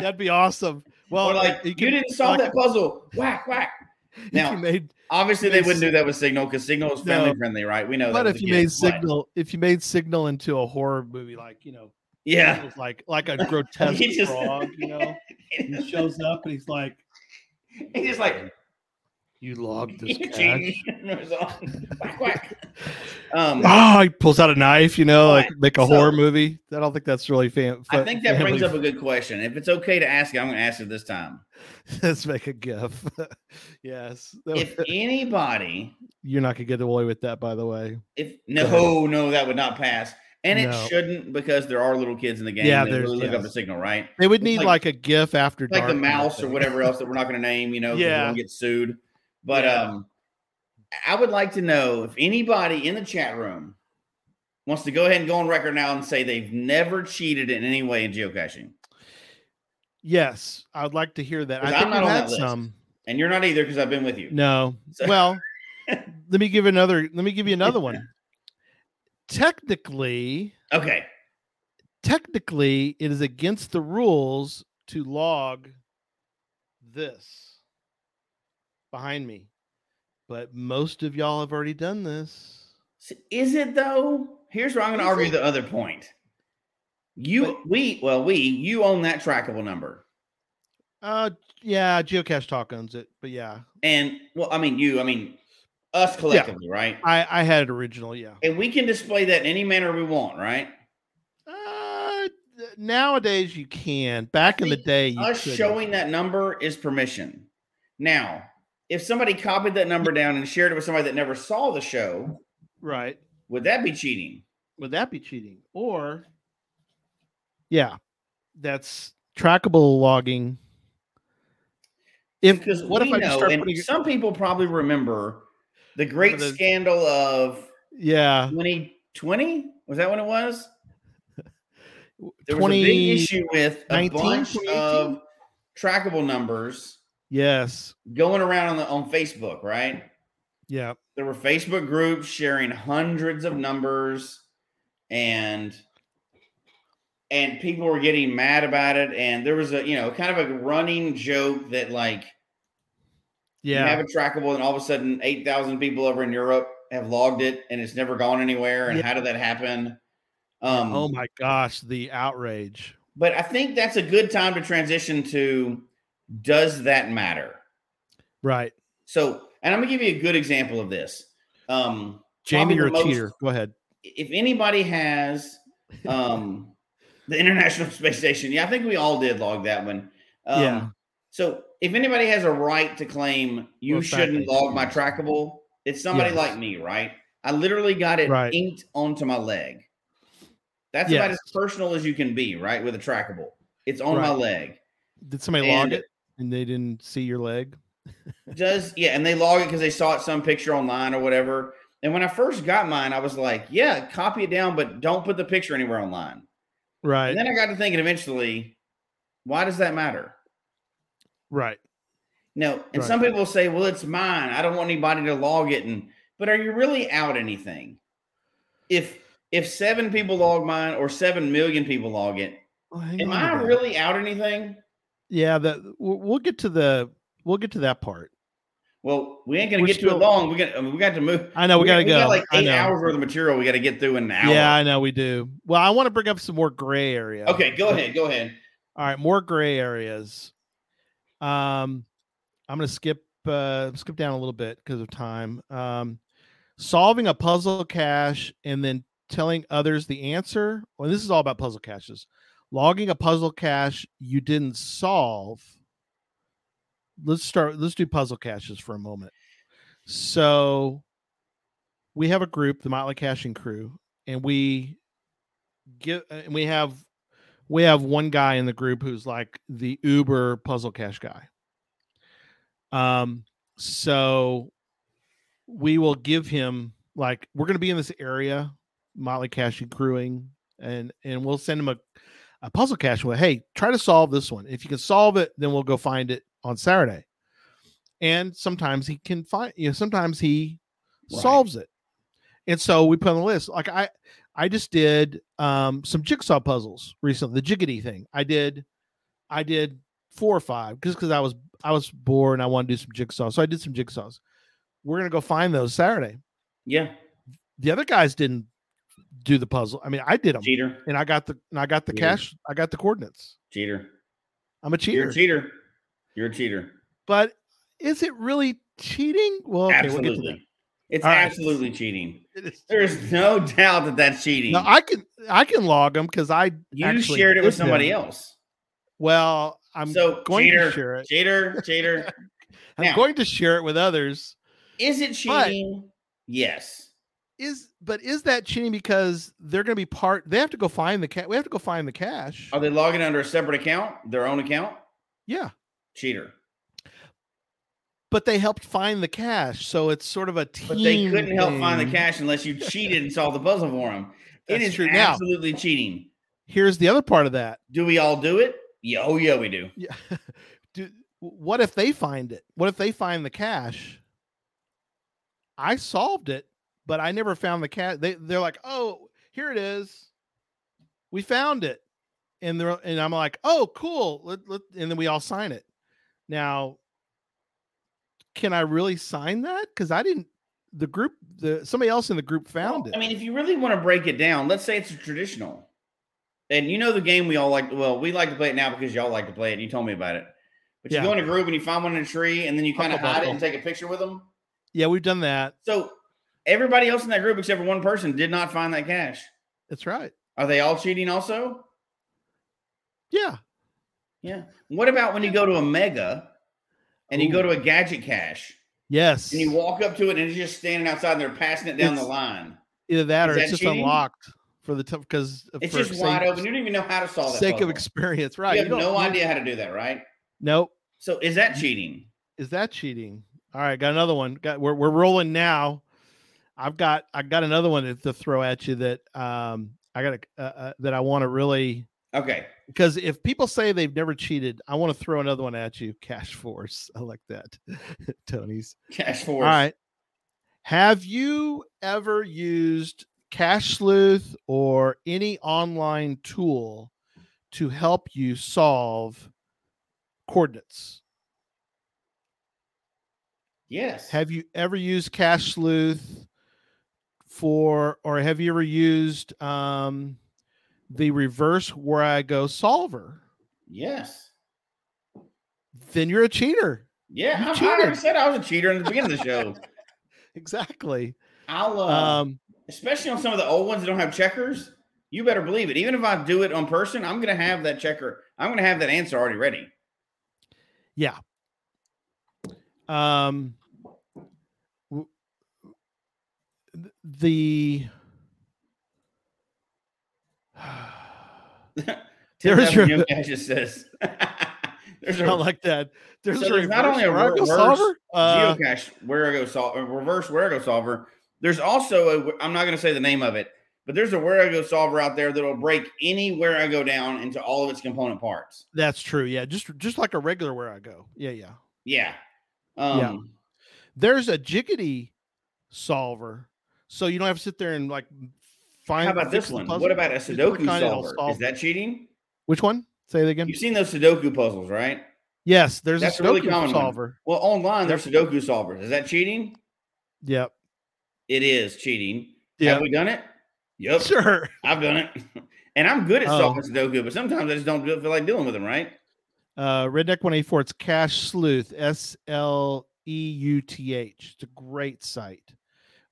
That'd be awesome. Well,
or like you,
can-
didn't solve
like,
that puzzle. Whack whack.
if you
Now,
made
Obviously, they
made
wouldn't do that with Signal because Signal is
No.
family friendly, right? We know oh,
But
that. with
if
the
you made
kids, but-
signal, if you made signal into a horror movie, like you know, it
yeah,
was like like a grotesque
He just-
frog, you know, and he shows up and he's like,
he's just like
"You logged this cash."
whack whack. Um,
Oh, he pulls out a knife, you know, like like a
So-
horror movie. I don't think that's really fan.
I think that brings up a good question. If it's okay to ask it, I'm going to ask it this time.
Let's make a gif. yes, That
If
would-
anybody,
you're not gonna get away with that, by the way.
if no, no, that would not pass, and it
No.
shouldn't because there are little kids in the game.
Yeah,
and they
there's-
really look up
yes.
the signal, right?
They would
It's
need
like-
like, a gif after
like the
dark, I
mouse or
think.
whatever else that we're not going to name, you know, 'cause we
Yeah.
don't get sued. But
Yeah.
um, I would like to know if anybody in the chat room wants to go ahead and go on record now and say they've never cheated in any way in geocaching,
Yes, I would like to hear that. I
'Cause
think
I'm not
we
on
had
that list.
some.
and you're not either because I've been with you.
No.
So-
Well, let me give another. Let me give you another one. Technically,
Okay,
technically, it is against the rules to log this behind me, but most of y'all have already done this.
So is it though? Here's where I'm going to
Is
argue
it?
the other point. You,
But-
we, well, we, you own that trackable number,
Uh, yeah, Geocache Talk owns it, but yeah,
and well, I mean you, I mean us collectively, right?
I I had it original. Yeah.
And we can display that in any manner we want, right?
Uh, nowadays you can. Back in the
think
day, you
us
couldn't.
showing that number is permission. Now, if somebody copied that number down and shared it with somebody that never saw the show,
right.
would that be cheating?
would that be cheating or yeah that's trackable logging if
Because
what if
we
i
know,
just start
and
putting it-
some people probably remember the great
the-
scandal of
yeah
2020. Was that when it was? There was a big
20
issue with a
19,
bunch
2018?
of trackable numbers
yes
going around on the on Facebook, right?
yeah
there were Facebook groups sharing hundreds of numbers and and people were getting mad about it and there was a you know kind of a running joke that like you have
yeah
a trackable and all of a sudden 8000 people over in Europe have logged it and it's never gone anywhere and
Yeah.
how did that happen um
oh my gosh the outrage
but I think that's a good time to transition to does that matter
right
so and I'm going to give you a good example of this um
jamie
the
you're a
most-
cheater go ahead
if anybody has um The International Space Station. Yeah, I think we all did log that one. Um,
Yeah.
So if anybody has a right to claim you
Well,
shouldn't
fact-based,
log my
yes.
trackable, it's somebody
Yes.
like me, right? I literally got it
Right.
inked onto my leg. That's about
Yes.
as personal as you can be, right? With a trackable, it's on my
Right.
leg.
Did somebody log
And-
it and they didn't see your leg?
Does yeah, and they log it because they saw it some picture online or whatever. And when I first got mine, I was like, yeah, copy it down, but don't put the picture anywhere online.
Right.
And then I got to thinking eventually, why does that matter?
right.
No, and
Right.
some people say, "Well, it's mine. I don't want anybody to log it." And but are you really out anything? If if seven people log mine or seven million people log it,
Well, hang
am
on to
I
that.
really out anything?
Yeah, that we'll, we'll get to the we'll get to that part.
Well, we ain't gonna
We're
get to
still-
it long. We got I mean, we got to move.
I know we, gotta go.
got like
I
eight
know.
hours worth of material we got to get through in an hour.
Yeah, I know we do. Well, I want to bring up some more gray area.
Okay, go ahead. Go ahead.
All right, more gray areas. Um, I'm gonna skip uh, skip down a little bit because of time. Um, solving a puzzle cache and then telling others the answer. Well, this is all about puzzle caches. Logging a puzzle cache you didn't solve. Let's start. Let's do puzzle caches for a moment. So, we have a group, the Motley Caching Crew, and we give and we have we have one guy in the group who's like the uber puzzle cache guy um so we will give him like we're going to be in this area motley caching crewing and and we'll send him a, a puzzle cache well hey try to solve this one if you can solve it then we'll go find it on saturday and sometimes he can find you know sometimes he
Right.
solves it and so we put on the list like i I just did um some jigsaw puzzles recently, the jiggity thing. I did I did four or five just because I was I was bored and I wanted to do some jigsaws. So I did some jigsaws. We're gonna go find those Saturday.
Yeah,
The other guys didn't do the puzzle. I mean, I did them
cheater,
and I got the and I got the
Yeah.
cash, I got the coordinates.
cheater.
I'm a
You're
cheater.
a cheater. You're a cheater.
But is it really cheating? Well, okay, we'll
absolutely,
get to that.
it's
All right.
absolutely cheating.
It is-
There is no doubt that that's cheating.
No, I can I can log them because I
you
actually
shared it with
did
somebody
them.
else.
Well, I'm
so
going
cheater,
to share it.
cheater, cheater.
I'm
Now-
going to share it with others.
Is it
But-
cheating? yes.
Is but is that cheating because they're going to be part? They have to go find the cat. We have to go find the cash.
Are they logging under a separate account, their own account?
Yeah,
Cheater.
but they helped find the cash, so it's sort of a team.
But they couldn't help find the
thing.
cash unless you cheated and solved the puzzle for them. it
That's
is
true. Now-
absolutely cheating.
Here's the other part of that.
Do we all do it? Yeah, oh yeah, we do.
Yeah. Do, what if they find it? What if they find the cash? I solved it, but I never found the cash. They they're like, oh, here it is. We found it, and they're and I'm like, oh, cool. Let, let, and then we all sign it. Now, can I really sign that? Because I didn't. The group, the somebody else in the group found
Well,
it.
I mean, if you really want to break it down, let's say it's a traditional. And you know the game we all like. Well, we like to play it now because y'all like to play it. You told me about it. But you
Yeah.
go in a group and you find one in a tree, and then you kind of
Huckle
hide it
buckle.
and take a picture with them.
yeah, we've done that.
So everybody else in that group except for one person did not find that cash.
That's right.
Are they all cheating also?
Yeah.
Yeah. What about when you go to a mega and you go
Ooh.
to a gadget cache
Yes.
and you walk up to it and it's just standing outside and they're passing it down the
It's-
line?
Either that or
Is
it's
that
just
cheating?
unlocked for the because
It's just wide open. You don't even know how to solve that.
sake
puzzle.
of experience, right?
You have
don't-
no idea how to do that, right?
Nope.
So is that cheating?
Is that cheating? All right, got another one. Got we're we're rolling now. I've got I got another one to, to throw at you that um I got uh, uh, that I want to really
Okay.
because if people say they've never cheated, I want to throw another one at you. Cash Force, I like that, Tony's.
Cash
All
force.
right. Have you ever used Cash Sleuth or any online tool to help you solve coordinates?
Yes.
Have you ever used Cash Sleuth for, or have you ever used um, the reverse where I go solver?
yes.
Then you're a cheater.
Yeah.
You
I, I already
cheated.
said I was a cheater in the beginning of the show.
Exactly.
I'll uh,
Um,
especially on some of the old ones that don't have checkers. You better believe it. Even if I do it on person, I'm going to have that checker. I'm going to have that answer already ready.
Yeah. Um w- th- the
Tim
There's your-
Avenue Cash just says. there's
not
a
like that. There's
So
a
there's not
reverse
only a
Oracle
reverse
solver. Uh,
geocache Whereago sol- a reverse Whereago solver. There's also a I'm not going to say the name of it, but there's a Whereago solver out there that'll break any Whereago down into all of its component parts.
that's true. Yeah, just just like a regular where I go. Yeah, yeah.
Yeah.
Yeah.
Um,
There's a jiggity solver, so you don't have to sit there and like find.
How about
fix
this
the
one?
puzzle.
What about a
Just click
Sudoku
on it, it'll
solver?
solve
Is that cheating?
Which one? Say it again.
You've seen those Sudoku puzzles, right?
yes, there's
That's
a
a
Sudoku
really common one.
solver.
Well, online there's Sudoku solvers. Is that cheating?
Yep.
It is cheating.
Yeah.
Have we done it? Yep.
Sure.
I've done it. And I'm good at
Oh.
solving Sudoku, but sometimes I just don't feel like dealing with them, right?
Uh, Redneck 184. It's Cash Sleuth, S L E U T H. It's a great site.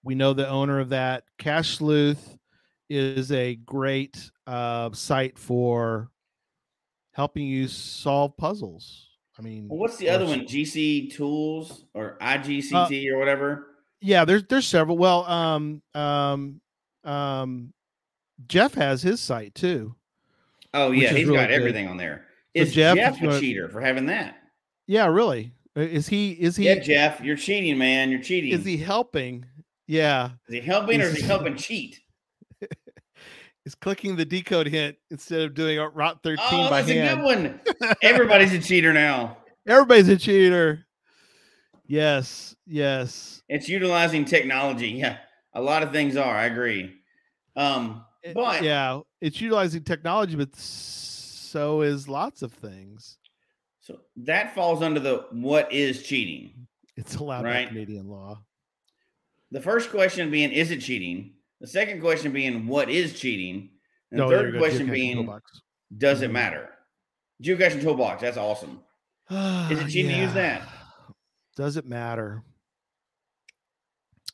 We know the owner of that. Cash Sleuth is a great uh, site for helping you solve puzzles. I mean,
Well, what's the
or
other
s-
one? GC Tools
Uh,
or IGCT or whatever?
Yeah, there's there's several. Well, um, um, um, Jeff has his site too.
Oh,
which
yeah.
is
he's
really
got
good.
everything on there.
So
Is
Jeff,
Jeff,
if
a
you wanna-
cheater for having that?
Yeah, really. Uh, Is he is he
yeah, Jeff, you're cheating, man. You're cheating.
is he helping? Yeah,
is he helping or
is-
is he helping cheat?
is clicking the decode hint instead of doing a Route 13
Oh,
by
that's a good
hand.
one. Everybody's a cheater now.
Everybody's a cheater. Yes, yes.
It's utilizing technology. Yeah, a lot of things are. I agree. Um,
It-
but
yeah, it's utilizing technology, but so is lots of things.
so that falls under the what is cheating.
It's allowed by
Right.
Canadian law.
The first question being, is it cheating? The second question being, what is cheating? And the
Oh, there you
third
go,
question
geocaching
being,
toolbox.
does it
Mhm.
matter? Geocaching toolbox. That's awesome. it cheating to
Yeah.
use that?
Does it matter?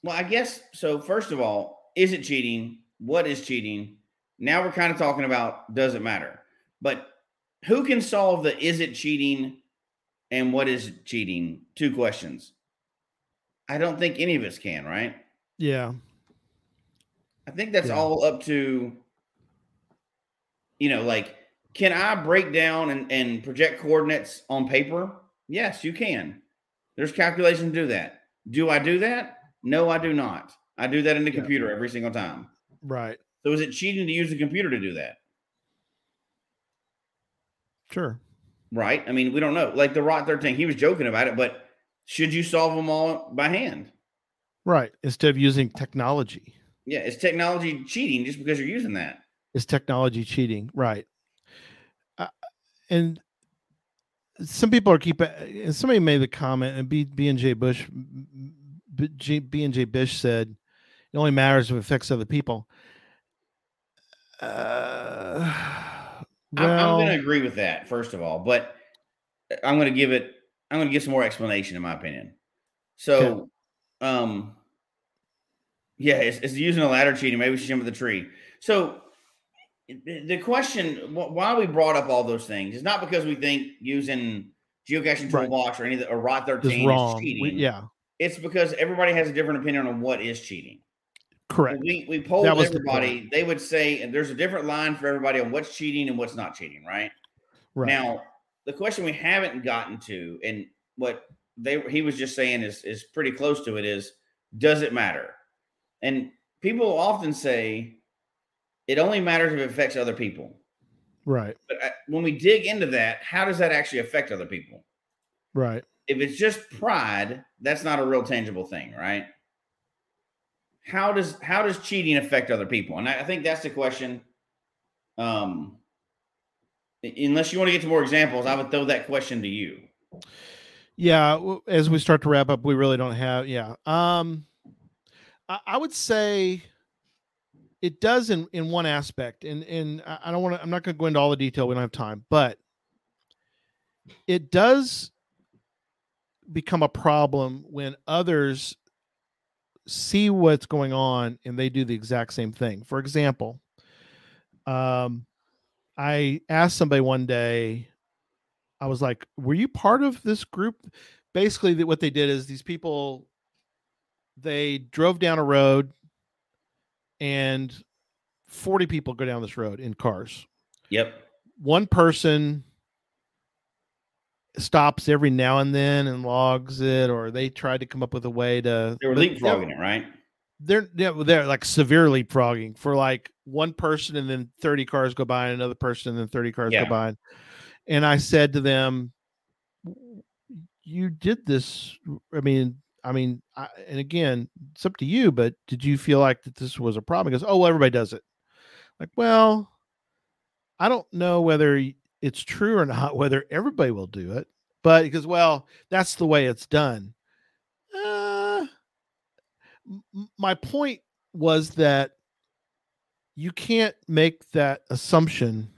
Well, I guess so. First of all, is it cheating? What is cheating? Now we're kind of talking about does it matter? But who can solve the is it cheating and what is cheating? Two questions. I don't think any of us can, right?
Yeah.
I think that's
Yeah.
all up to, you know, like, can I break down and, and project coordinates on paper? Yes, you can. There's calculations to do that. Do I do that? No, I do not. I do that in the
Yeah.
computer every single time.
Right.
So is it cheating to use the computer to do that?
Sure.
Right? I mean, we don't know. Like the Rot 13, he was joking about it, but should you solve them all by hand?
Right. Instead of using technology.
Yeah, is technology cheating just because you're using that?
is technology cheating right uh, and some people are keeping and somebody made the comment and b, b and j bush m- m- B- G- b and j bush said it only matters if it affects other people uh,
I'm, I'm
well,
going to agree with that, first of all, but uh, I'm going to give it. I'm going to give some more explanation, in my opinion. So, um, yeah, it's, it's using a ladder cheating. Maybe we should jump at the tree. So, the the question wh- why we brought up all those things is not because we think using geocaching
Right.
toolbox or any of the or rot
is
thirteen
wrong
is
We-
cheating.
yeah
it's because everybody has a different opinion on what is cheating.
correct
We we polled
That was the
everybody. they would say, and there's a different line for everybody on what's cheating and what's not cheating, right?
right
Now, the question we haven't gotten to, and what they he was just saying is is pretty close to it is, does it matter? And people often say it only matters if it affects other people.
right
But I, when we dig into that, how does that actually affect other people?
right
If it's just pride, that's not a real tangible thing, right? How does how does cheating affect other people? And I, I think that's the question. Um, i- unless you want to get to more examples, I would throw that question to you.
yeah w- as we start to wrap up we really don't have yeah um i, I would say it does in in one aspect and and i I don't want to i'm not going to go into all the detail we don't have time but it does become a problem when others see what's going on and they do the exact same thing for example Um, I asked somebody one day, I was like, "Were you part of this group?" Basically, that what they did is these people, they drove down a road, and forty people go down this road in cars.
Yep.
One person stops every now and then and logs it, or they try to come up with a way to.
They were
but
leapfrogging it, right?
They're they're, they're like severely progging for like one person, and then thirty cars go by, and another person, and then thirty cars
Yeah.
go by. And I said to them, "W- "You did this. I mean, I mean, I, and again, it's up to you. But did you feel like that this was a problem?" He goes, "Oh, well, everybody does it." Like, well, I don't know whether y- it's true or not, whether everybody will do it, but because well, that's the way it's done. Uh, m- m- my point was that you can't make that assumption.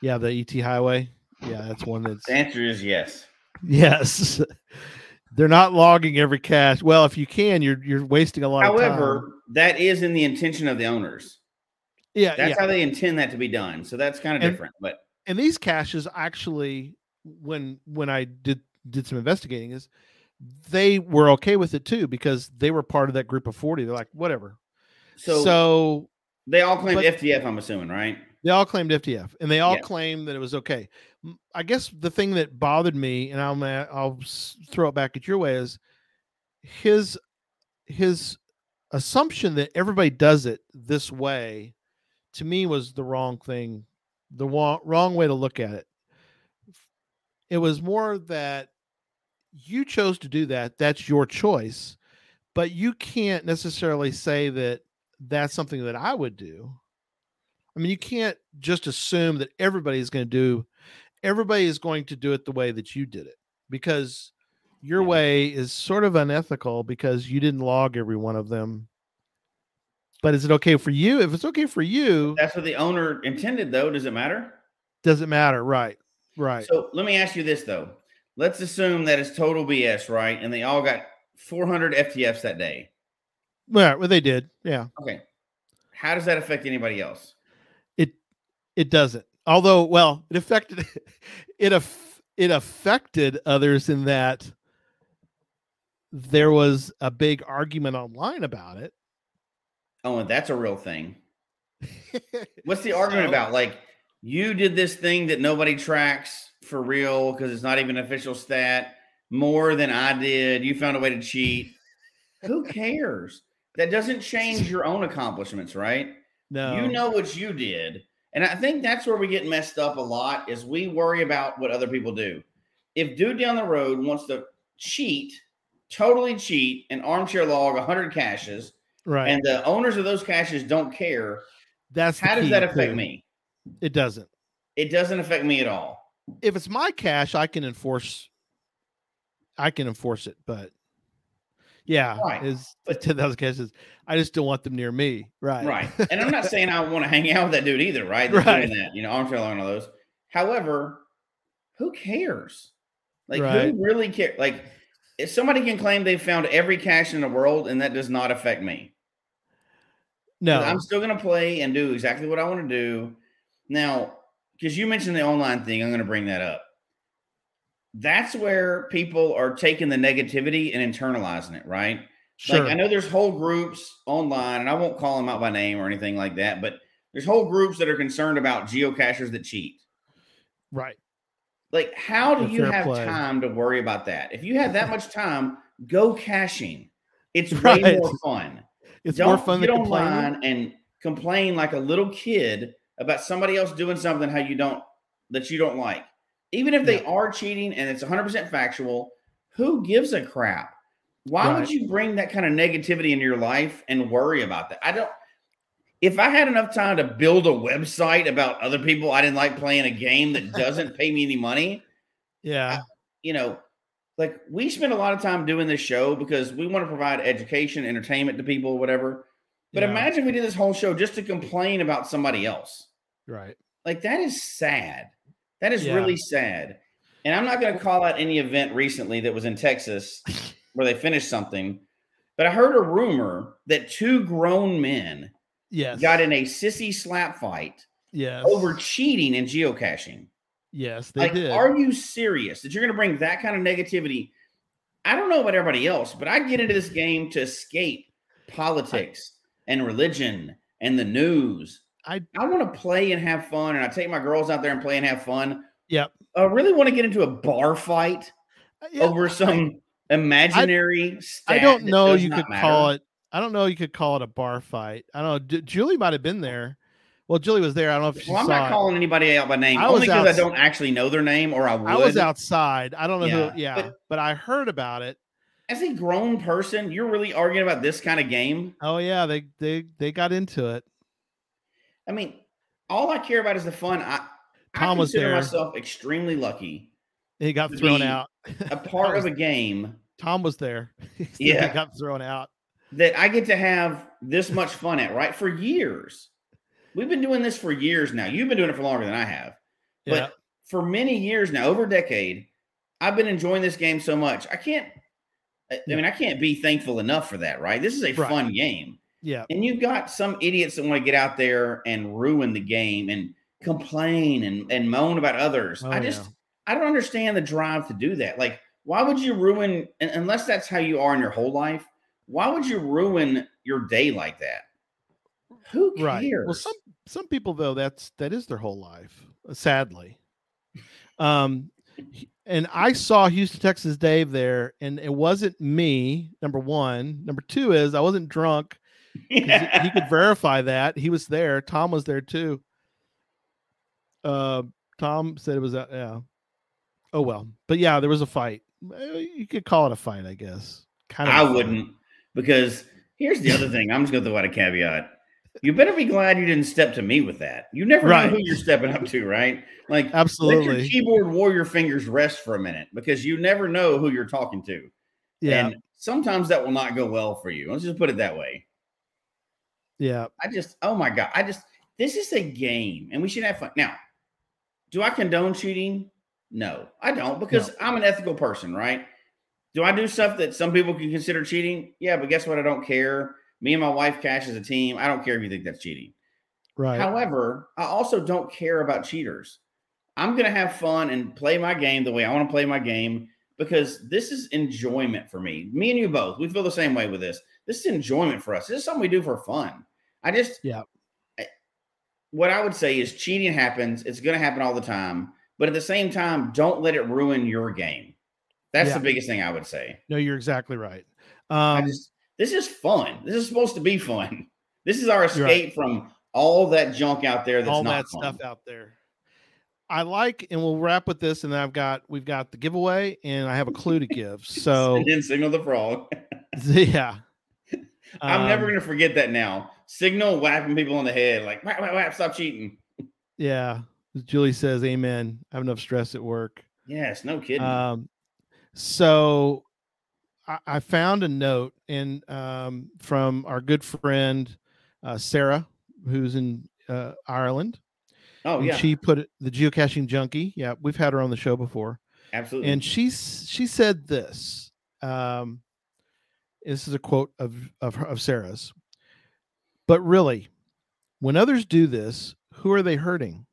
Yeah, the ET highway. Yeah, that's one that's
The answer is yes.
yes. They're not logging every cache. Well, if you can, you're you're wasting a lot of time.
However, that is in the intention of the owners.
yeah,
That's
yeah.
how they intend that to be done. So that's kind of
And-
different. But
and these caches actually when when i did did some investigating is they were okay with it too because they were part of that group of 40 they're like whatever so,
so, they all claim
but-
FTF, I'm assuming, right?
they all claimed ftf and they all
Yeah.
claimed that it was okay M- i guess the thing that bothered me and i'm a- i'll s- throw it back at your way is his his assumption that everybody does it this way to me was the wrong thing the wa- wrong way to look at it it was more that you chose to do that that's your choice but you can't necessarily say that that's something that i would do i mean you can't just assume that everybody's going to do everybody is going to do it the way that you did it because your
Yeah.
way is sort of unethical because you didn't log every one of them but is it okay for you if it's okay for you
That's what the owner intended, though. Does it matter?
doesn't matter right right
So let me ask you this though. Let's assume that it's total BS, right? And they all got 400 FTFs that day.
yeah well they did yeah
Okay. How does that affect anybody else?
It doesn't. Although, well, it affected it. Aff, it affected others in that there was a big argument online about it.
Oh, and that's a real thing. What's the argument
So-
about? Like, you did this thing that nobody tracks for real because it's not even an official stat more than I did. You found a way to cheat. Who cares? That doesn't change your own accomplishments, right?
No,
You know what you did. And I think that's where we get messed up a lot is we worry about what other people do. If dude down the road wants to cheat, totally cheat, and armchair log 100 caches,
right?
and the owners of those caches don't care,
That's the
how does
key,
that affect
too.
me?
It doesn't.
It doesn't affect me at all.
If it's my cash, I can enforce. I can enforce it, but yeah,
Right.
is
But-
ten thousand caches. I just don't want them near me. Right.
Right. And I'm not saying I want to hang out with that dude either, right? That's
Right.
doing that, you know, armchair log and all those. However, who cares? Like
Right.
who really care? Like if somebody can claim they found every cache in the world and that does not affect me.
No.
I'm still going to play and do exactly what I want to do. Now, because you mentioned the online thing, I'm going to bring that up. That's where people are taking the negativity and internalizing it, right?
sure.
Like I know there's whole groups online, and I won't call them out by name or anything like that, but there's whole groups that are concerned about geocachers that cheat.
right.
Like, how do
And
you
fair
have
play.
time to worry about that? If you have that much time, go caching. It's way
Right.
more fun
It's
don't
more fun
get
than complaining.
online and complain like a little kid about somebody else doing something how you don't that you don't like. Even if they are cheating and it's 100% factual, who gives a crap? Why would
Right.
you bring that kind of negativity into your life and worry about that? I don't if I had enough time to build a website about other people I didn't like playing a game that doesn't pay me any money,
Yeah.
you know, like we spend a lot of time doing this show because we want to provide education, entertainment to people, whatever. But
yeah,
imagine we did this whole show just to complain about somebody else.
right.
Like that is sad. That is
Yeah.
really sad. And I'm not going to call out any event recently that was in Texas where they finished something, but I heard a rumor that two grown men
Yes.
got in a sissy slap fight
Yes.
over cheating and geocaching.
Yes, they
like,
did.
are you serious that you're going to bring that kind of negativity? I don't know about everybody else, but I get into this game to escape politics and religion and the news.
I-
I want to play and have fun, and I take my girls out there and play and have fun.
Yep.
I really want to get into a bar fight
Uh, Yeah,
over some imaginary.
I, I
stat
don't
that
know.
does
You
not
could call
matter.
it. I don't know. You could call it a bar fight. I don't know. Ju- Julie might have been there. Well, Julie was there. I don't know if she
Well, I'm
saw
not
it.
calling anybody out by name.
I
only
was
because I
outs-
don't actually know their name, or I would.
I was outside. I don't know
Yeah,
who. Yeah, but,
but-
I heard about it.
As a grown person, you're really arguing about this kind of game.
Oh yeah, they they they got into it.
I mean, all I care about is the fun. I
Tom
I
was
consider
there.
myself extremely lucky.
He got
To
thrown
be
out.
A part
was-
of a game
Tom was there. He said
Yeah.
he got thrown out.
that I get to have this much fun at, right? For years. We've been doing this for years now. You've been doing it for longer than I have.
Yeah,
But for many years now, over a decade, I've been enjoying this game so much. I can't I I mean, I can't be thankful enough for that, right? This is a
Right.
fun game.
yeah.
And you've got some idiots that want to get out there and ruin the game and complain and, and moan about others.
Oh,
I just I don't understand the drive to do that. Like, why would you ruin un- unless that's how you are in your whole life? Why would you ruin your day like that? Who cares?
Right. Well, some some people though that's that is their whole life. uh, Sadly, um, he- and I saw Houston, Texas, Dave there, and it wasn't me. Number one. Number two is I wasn't drunk. 'cause he- he could verify that he was there. Tom was there too. Uh, Tom said it was uh, yeah. Oh well, but yeah, there was a fight. Eh, You could call it a fight, I guess. Kind
I
a fight.
wouldn't because here's the other thing. I'm just gonna throw out a caveat. You better be glad you didn't step to me with that. You never
Right.
know who you're stepping up to, right? Like Let your
Absolutely.
keyboard warrior fingers rest for a minute because you never know who you're talking to.
Yeah.
And sometimes that will not go well for you. Let's just put it that way.
yeah.
I just, oh my God. I just, this is a game and we should have fun. Now, do I condone cheating? No, I don't because I'm an ethical person, right? Do I do stuff that some people can consider cheating? Yeah, but guess what? I don't care. Me and my wife cash as a team. I don't care if you think that's cheating.
Right.
However, I also don't care about cheaters. I'm going to have fun and play my game the way I want to play my game because this is enjoyment for me. Me and you both, we feel the same way with this. This is enjoyment for us. This is something we do for fun. I just,
Yeah.
I- what I would say is cheating happens. It's going to happen all the time. But at the same time, don't let it ruin your game. That's
Yeah.
the biggest thing I would say.
No, you're exactly right.
I
Um,
just, this is fun. This is supposed to be fun. This is our
You're
escape
right.
from all that junk out there that's
all
not
that
fun.
stuff out there. I like, and we'll wrap with this, and then I've got we've got the giveaway, and I have a clue to give. So
and then signal the frog.
yeah,
I'm never
Um,
gonna forget that now. Signal whacking people on the head, like whack, whack, whack, stop cheating.
Yeah, Julie says, "Amen." I have enough stress at work.
Yes, no kidding.
Um, so I, I found a note in um, from our good friend uh, Sarah, who's in uh, Ireland.
oh
and
yeah,
she put it, the geocaching junkie. Yeah, we've had her on the show before.
absolutely.
and she s- she said this um this is a quote of of, her- of sarah's but really when others do this who are they hurting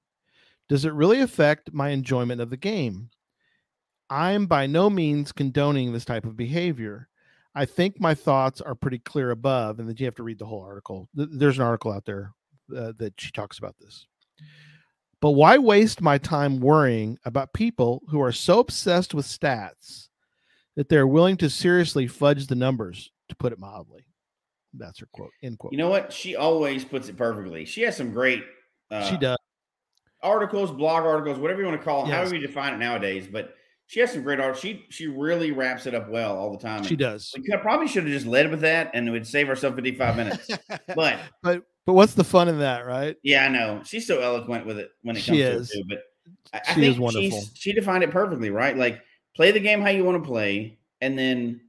does it really affect my enjoyment of the game i'm by no means condoning this type of behavior i think my thoughts are pretty clear above and that you have to read the whole article Th- there's an article out there uh, that she talks about this but why waste my time worrying about people who are so obsessed with stats that they're willing to seriously fudge the numbers, to put it mildly? That's her quote. End quote.
you know what? She always puts it perfectly. She has some great uh,
she does.
articles, blog articles, whatever you want to call it,
Yes.
however you define it nowadays. But she has some great art. She she really wraps it up well all the time.
She does.
We could, probably should have just led with that, and we'd save ourselves 55 minutes. but
But but what's the fun in that, right?
Yeah, I know. She's so eloquent with it when it
She
comes
is.
to it, too. But I, I
She is
think
wonderful.
She's, she defined it perfectly, right? Like play the game how you want to play, and then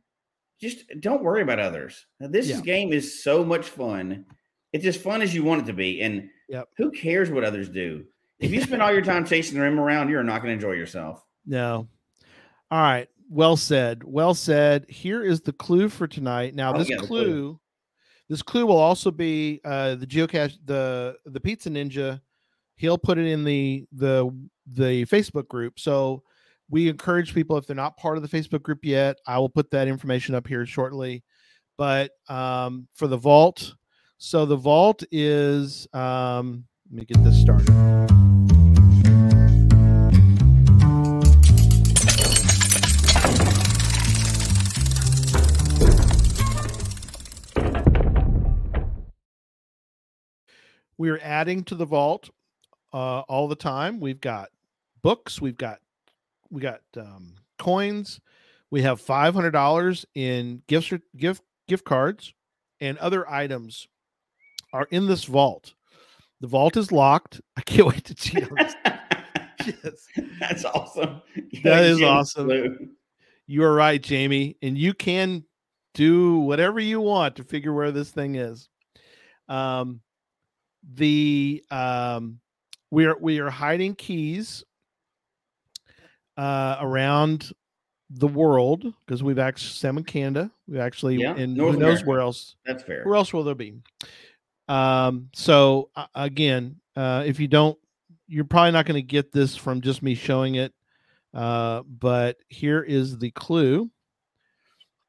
just don't worry about others. Now, this
Yeah.
game is so much fun. It's as fun as you want it to be, and
Yep.
who cares what others do? If you spend all your time chasing the rim around, you're not going to enjoy yourself.
No. All right. Well said. Well said. Here is the clue for tonight. Now
Oh,
this
yeah, the
clue,
clue.
this clue will also be uh the geocache the the pizza ninja he'll put it in the the the Facebook group. So we encourage people if they're not part of the Facebook group yet, I will put that information up here shortly. But um, for the vault, so the vault is um, let me get this started. We're adding to the vault uh, all the time. We've got books, we've got we got um, coins, we have five hundred dollars in gifts, gift gift cards, and other items are in this vault. The vault is locked. I can't wait to see. how this- Yes.
That's awesome.
That is
Jim
awesome.
Blue.
You are right, Jamie, and you can do whatever you want to figure where this thing is. Um, the um, we are we are hiding keys uh, around the world because we've actually Sam in Canada. We actually
Yeah,
and
North
who knows
America.
where else
That's fair.
where else will there be? Um, so uh, again, uh, if you don't, you're probably not going to get this from just me showing it. Uh, but here is the clue.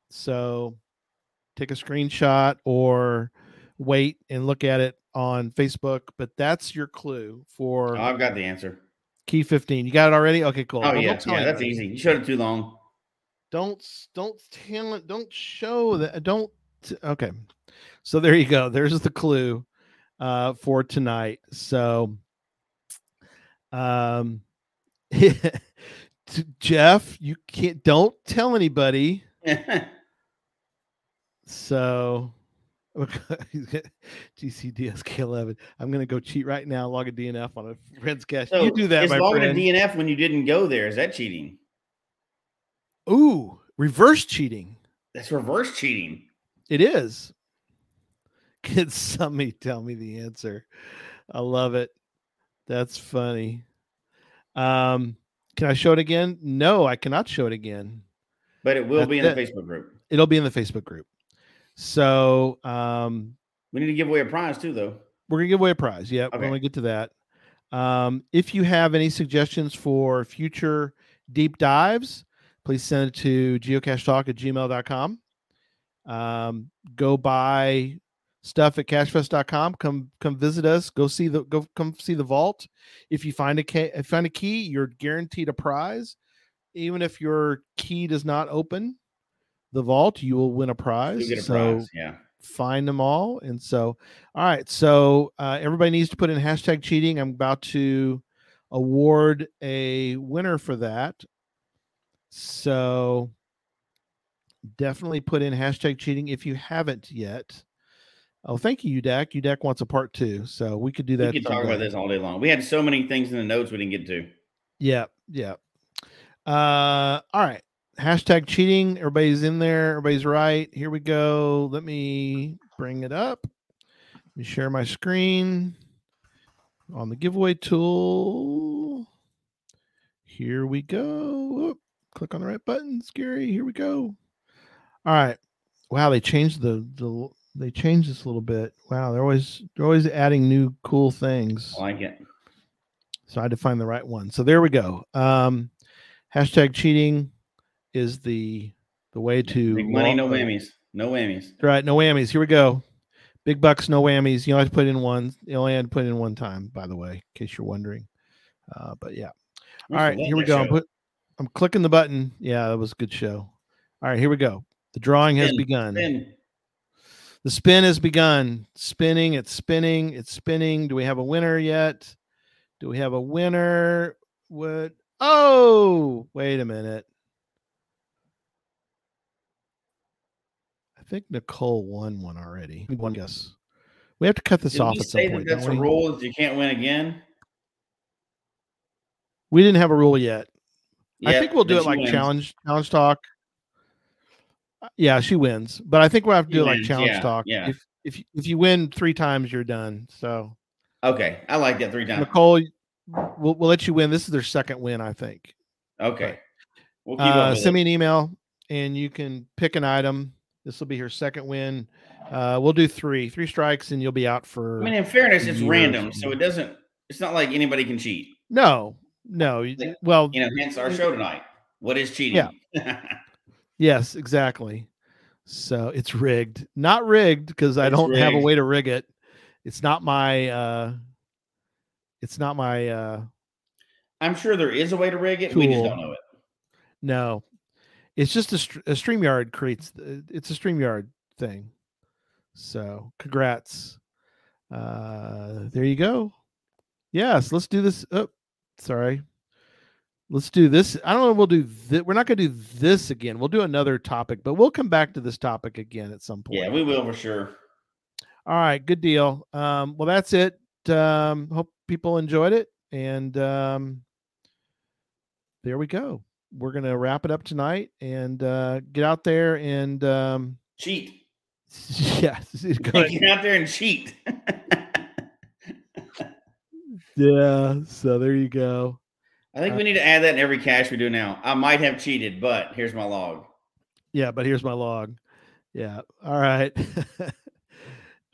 So take a screenshot or wait and look at it on Facebook. But that's your clue for
Oh, I've got the answer.
key 15. You got it already? Okay, cool.
Oh
Well,
yeah,
don't tell
yeah, that's
anybody.
easy. You showed it too long.
Don't s- don't tell it. Don't show that. uh, Don't. t- Okay. So there you go. There's the clue uh, for tonight. So, um, t- Jeff, you can't. Don't tell anybody. So, GCDSK11. I'm gonna go cheat right now. Log a DNF on a friend's cash.
So,
you do that,
It's
my
logging a
friend.
DNF when you didn't go there. Is that cheating?
Ooh, reverse cheating.
That's reverse cheating.
It is. Can somebody tell me the answer? I love it. That's funny. Um, can I show it again? No, I cannot show it again.
But it will
That's
be in
it.
the Facebook group.
It'll be in the Facebook group. So um,
We need to give away a prize too, though.
we're gonna give away a prize. Yeah,
Okay.
when we get to that. Um, if you have any suggestions for future deep dives, please send it to geocachetalk at gmail.com. Um, go buy stuff at cashfest.com. Come come visit us. Go see the go come see the vault. If you find a key, find a key, you're guaranteed a prize. Even if your key does not open the vault, you will win a prize.
You get a
so
prize. Yeah.
find them all. And so, all right. So uh, everybody needs to put in hashtag cheating. I'm about to award a winner for that. So definitely put in hashtag cheating if you haven't yet. Oh, thank you, UDAC. UDAC wants a part two. So we could do
We
that.
could talk
someday.
about this all day long. We had so many things in the notes we didn't get to.
Yeah, yeah. Uh, all right. Hashtag cheating. Everybody's in there. Everybody's right. Here we go. Let me bring it up. Let me share my screen on the giveaway tool. Here we go. Oop, click on the right button, Scary. Here we go. All right. Wow, they changed the the they changed this a little bit. Wow, they're always they're always adding new cool things.
I like it.
So I had to find the right one. So there we go. Um, hashtag cheating is the the way to
Big money,
log-
no whammies. No whammies.
Right, no whammies. Here we go. Big bucks, no whammies. You only have to put in one. You only had to put in one time, by the way, in case you're wondering. Uh, but yeah. All right, here we go. I'm, put, I'm clicking the button. Yeah, that was a good show. All right, here we go. The drawing has
Spin,
begun.
Ben,
The spin has begun. Spinning, it's spinning, it's spinning. Do we have a winner yet? Do we have a winner? What? Oh, wait a minute. I think Nicole won one already. One guess. We have to cut this
did
off
we
at some
say that
point.
that's
don't
a
we?
rule is you can't win again?
we didn't have a rule yet. I
Yeah,
think we'll do
then
it
she
like
wins.
challenge challenge talk. Uh, Yeah, she wins, but I think we'll have to
She
do it like
wins,
challenge
yeah,
talk.
yeah.
If if you- if you win three times, you're done. So
Okay. I like that three times.
Nicole, we'll, we'll let you win. This is their second win, I think.
Okay. We'll keep up
Uh,
with it.
send me an email, and you can pick an item. This will be her second win. Uh, we'll do three, three strikes, and you'll be out for.
I mean, in fairness, it's
years
random,
and-
so it doesn't It's not like anybody can cheat.
No, no. you-
Like,
well,
You know, hence our show tonight. What is cheating? Yeah.
yes, exactly. So it's rigged. Not rigged because I
It's
don't have a
rigged.
way to rig it. It's not my. uh It's not my. uh
I'm sure there is a way to rig it. We just
Tool.
don't know it.
No, it's just a, str- a Streamyard creates. uh, It's a Streamyard thing. So congrats. Uh There you go. Yes, let's do this. Oh, sorry. Let's do this. I don't know. if We'll do. Th- we're not going to do this again. We'll do another topic, but we'll come back to this topic again at some point.
Yeah, we will for sure.
All right, good deal. Um, well, that's it. Um, hope people enjoyed it, and um, there we go. We're gonna wrap it up tonight and uh, get out there and um,
Cheat.
yes, go ahead.
Get out there and cheat.
yeah. So there you go.
I think we need to add that in every cash we do now. I might have cheated, but here's my log.
Yeah, but here's my log. Yeah. All right.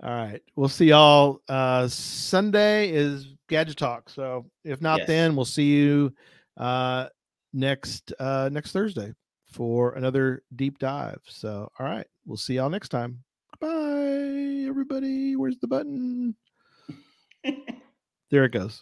all right. We'll see y'all. Uh Sunday is Gadget Talk. So if not
Yes.
then, we'll see you uh next uh next Thursday for another deep dive. So all right. We'll see y'all next time. Goodbye, everybody. Where's the button? there it goes.